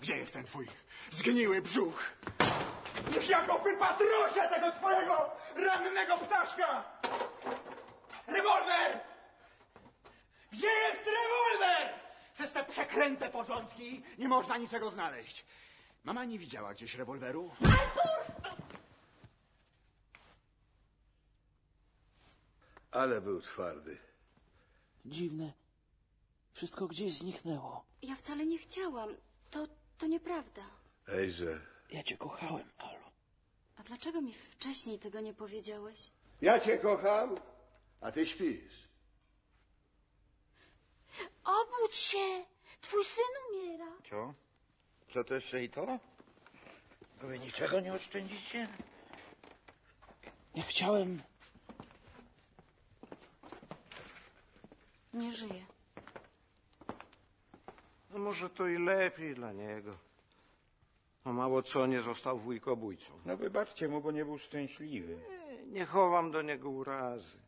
S4: Gdzie jest ten twój zgniły brzuch? Niech ja go wypatroszę, tego twojego rannego ptaszka! Rewolwer! Gdzie jest rewolwer? Przez te przeklęte porządki nie można niczego znaleźć. Mama nie widziała gdzieś rewolweru.
S3: Ale był twardy.
S5: Dziwne. Wszystko gdzieś zniknęło.
S7: Ja wcale nie chciałam. To, to nieprawda.
S3: Ejże.
S5: Ja cię kochałem, Alu.
S7: A dlaczego mi wcześniej tego nie powiedziałeś?
S3: Ja cię kocham, a ty śpisz.
S6: Obudź się! Twój syn umiera.
S15: Co? Co to jeszcze i to? Wy niczego nie oszczędzicie?
S5: Ja chciałem...
S7: Nie żyje.
S17: No może to i lepiej dla niego. No mało co nie został wujkobójcą.
S2: No wybaczcie mu, bo nie był szczęśliwy.
S17: Nie chowam do niego urazy.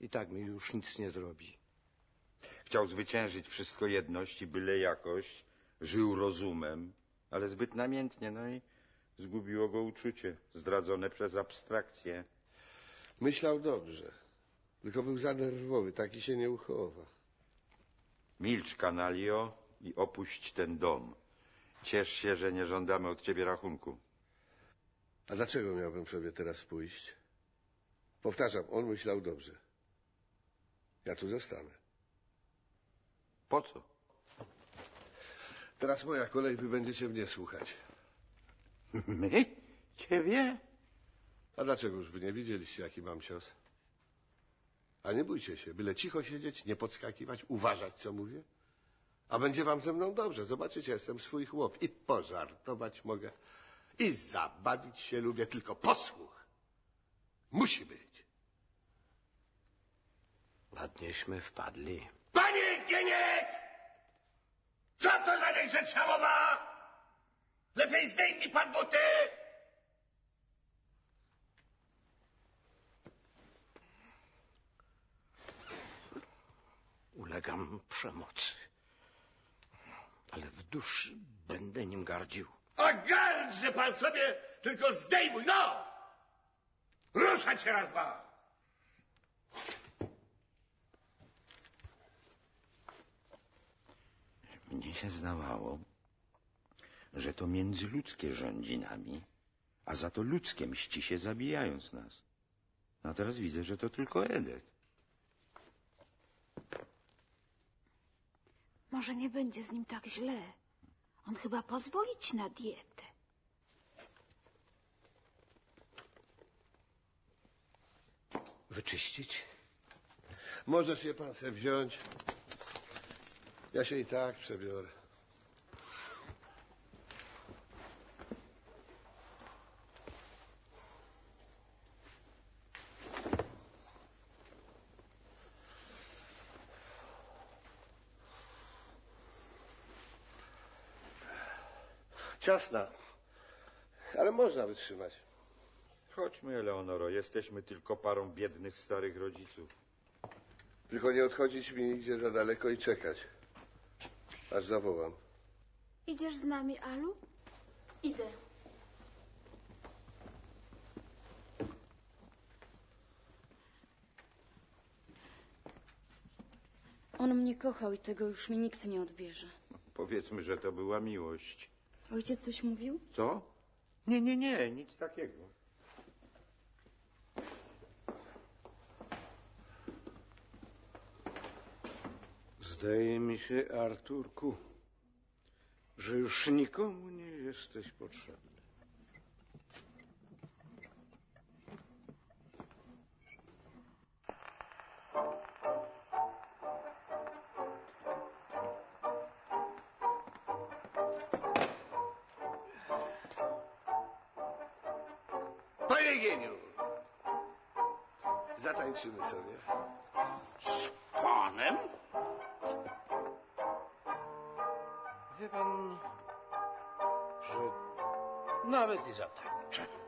S17: I tak mi już nic nie zrobi.
S2: Chciał zwyciężyć wszystko jedność i byle jakość. Żył rozumem, ale zbyt namiętnie, no i zgubiło go uczucie, zdradzone przez abstrakcję.
S3: Myślał dobrze, tylko był za nerwowy, taki się nie uchowa.
S2: Milcz, kanalio, i opuść ten dom. Ciesz się, że nie żądamy od ciebie rachunku.
S3: A dlaczego miałbym sobie teraz pójść? Powtarzam, on myślał dobrze. Ja tu zostanę.
S2: Po co?
S3: Teraz moja kolej, wy będziecie mnie słuchać.
S2: My? Ciebie?
S3: A dlaczegoż by nie widzieliście, jaki mam cios? A nie bójcie się, byle cicho siedzieć, nie podskakiwać, uważać, co mówię. A będzie wam ze mną dobrze, zobaczycie, jestem swój chłop i pożartować mogę. I zabawić się lubię, tylko posłuch. Musi być.
S17: Ładnieśmy wpadli.
S21: Panie Gieniek! Co to za niegrzeczna mowa? Lepiej zdejmij pan buty!
S17: Ulegam przemocy. Ale w duszy będę nim gardził.
S21: A gardże pan sobie, tylko zdejmuj, no! Ruszać się raz, dwa!
S2: Mnie się zdawało, że to międzyludzkie rządzi nami, a za to ludzkie mści się zabijając nas. No teraz widzę, że to tylko Edek.
S6: Może nie będzie z nim tak źle. On chyba pozwoli ci na dietę.
S17: Wyczyścić?
S3: Możesz je pan se wziąć. Ja się i tak przebiorę. Ciasna, ale można wytrzymać.
S2: Chodźmy, Eleonoro, jesteśmy tylko parą biednych starych rodziców.
S3: Tylko nie odchodzić mi nigdzie za daleko i czekać. Aż zawołam.
S6: Idziesz z nami, Alu?
S7: Idę. On mnie kochał i tego już mi nikt nie odbierze.
S2: Powiedzmy, że to była miłość.
S7: Ojciec coś mówił?
S2: Co? Nie, nie, nie, nic takiego.
S17: Zdaje mi się, Arturku, że już nikomu nie jesteś potrzebny.
S3: Panie geniu! Zatańczymy sobie.
S21: Panem?
S17: Wie pan, że nawet i zatańczę.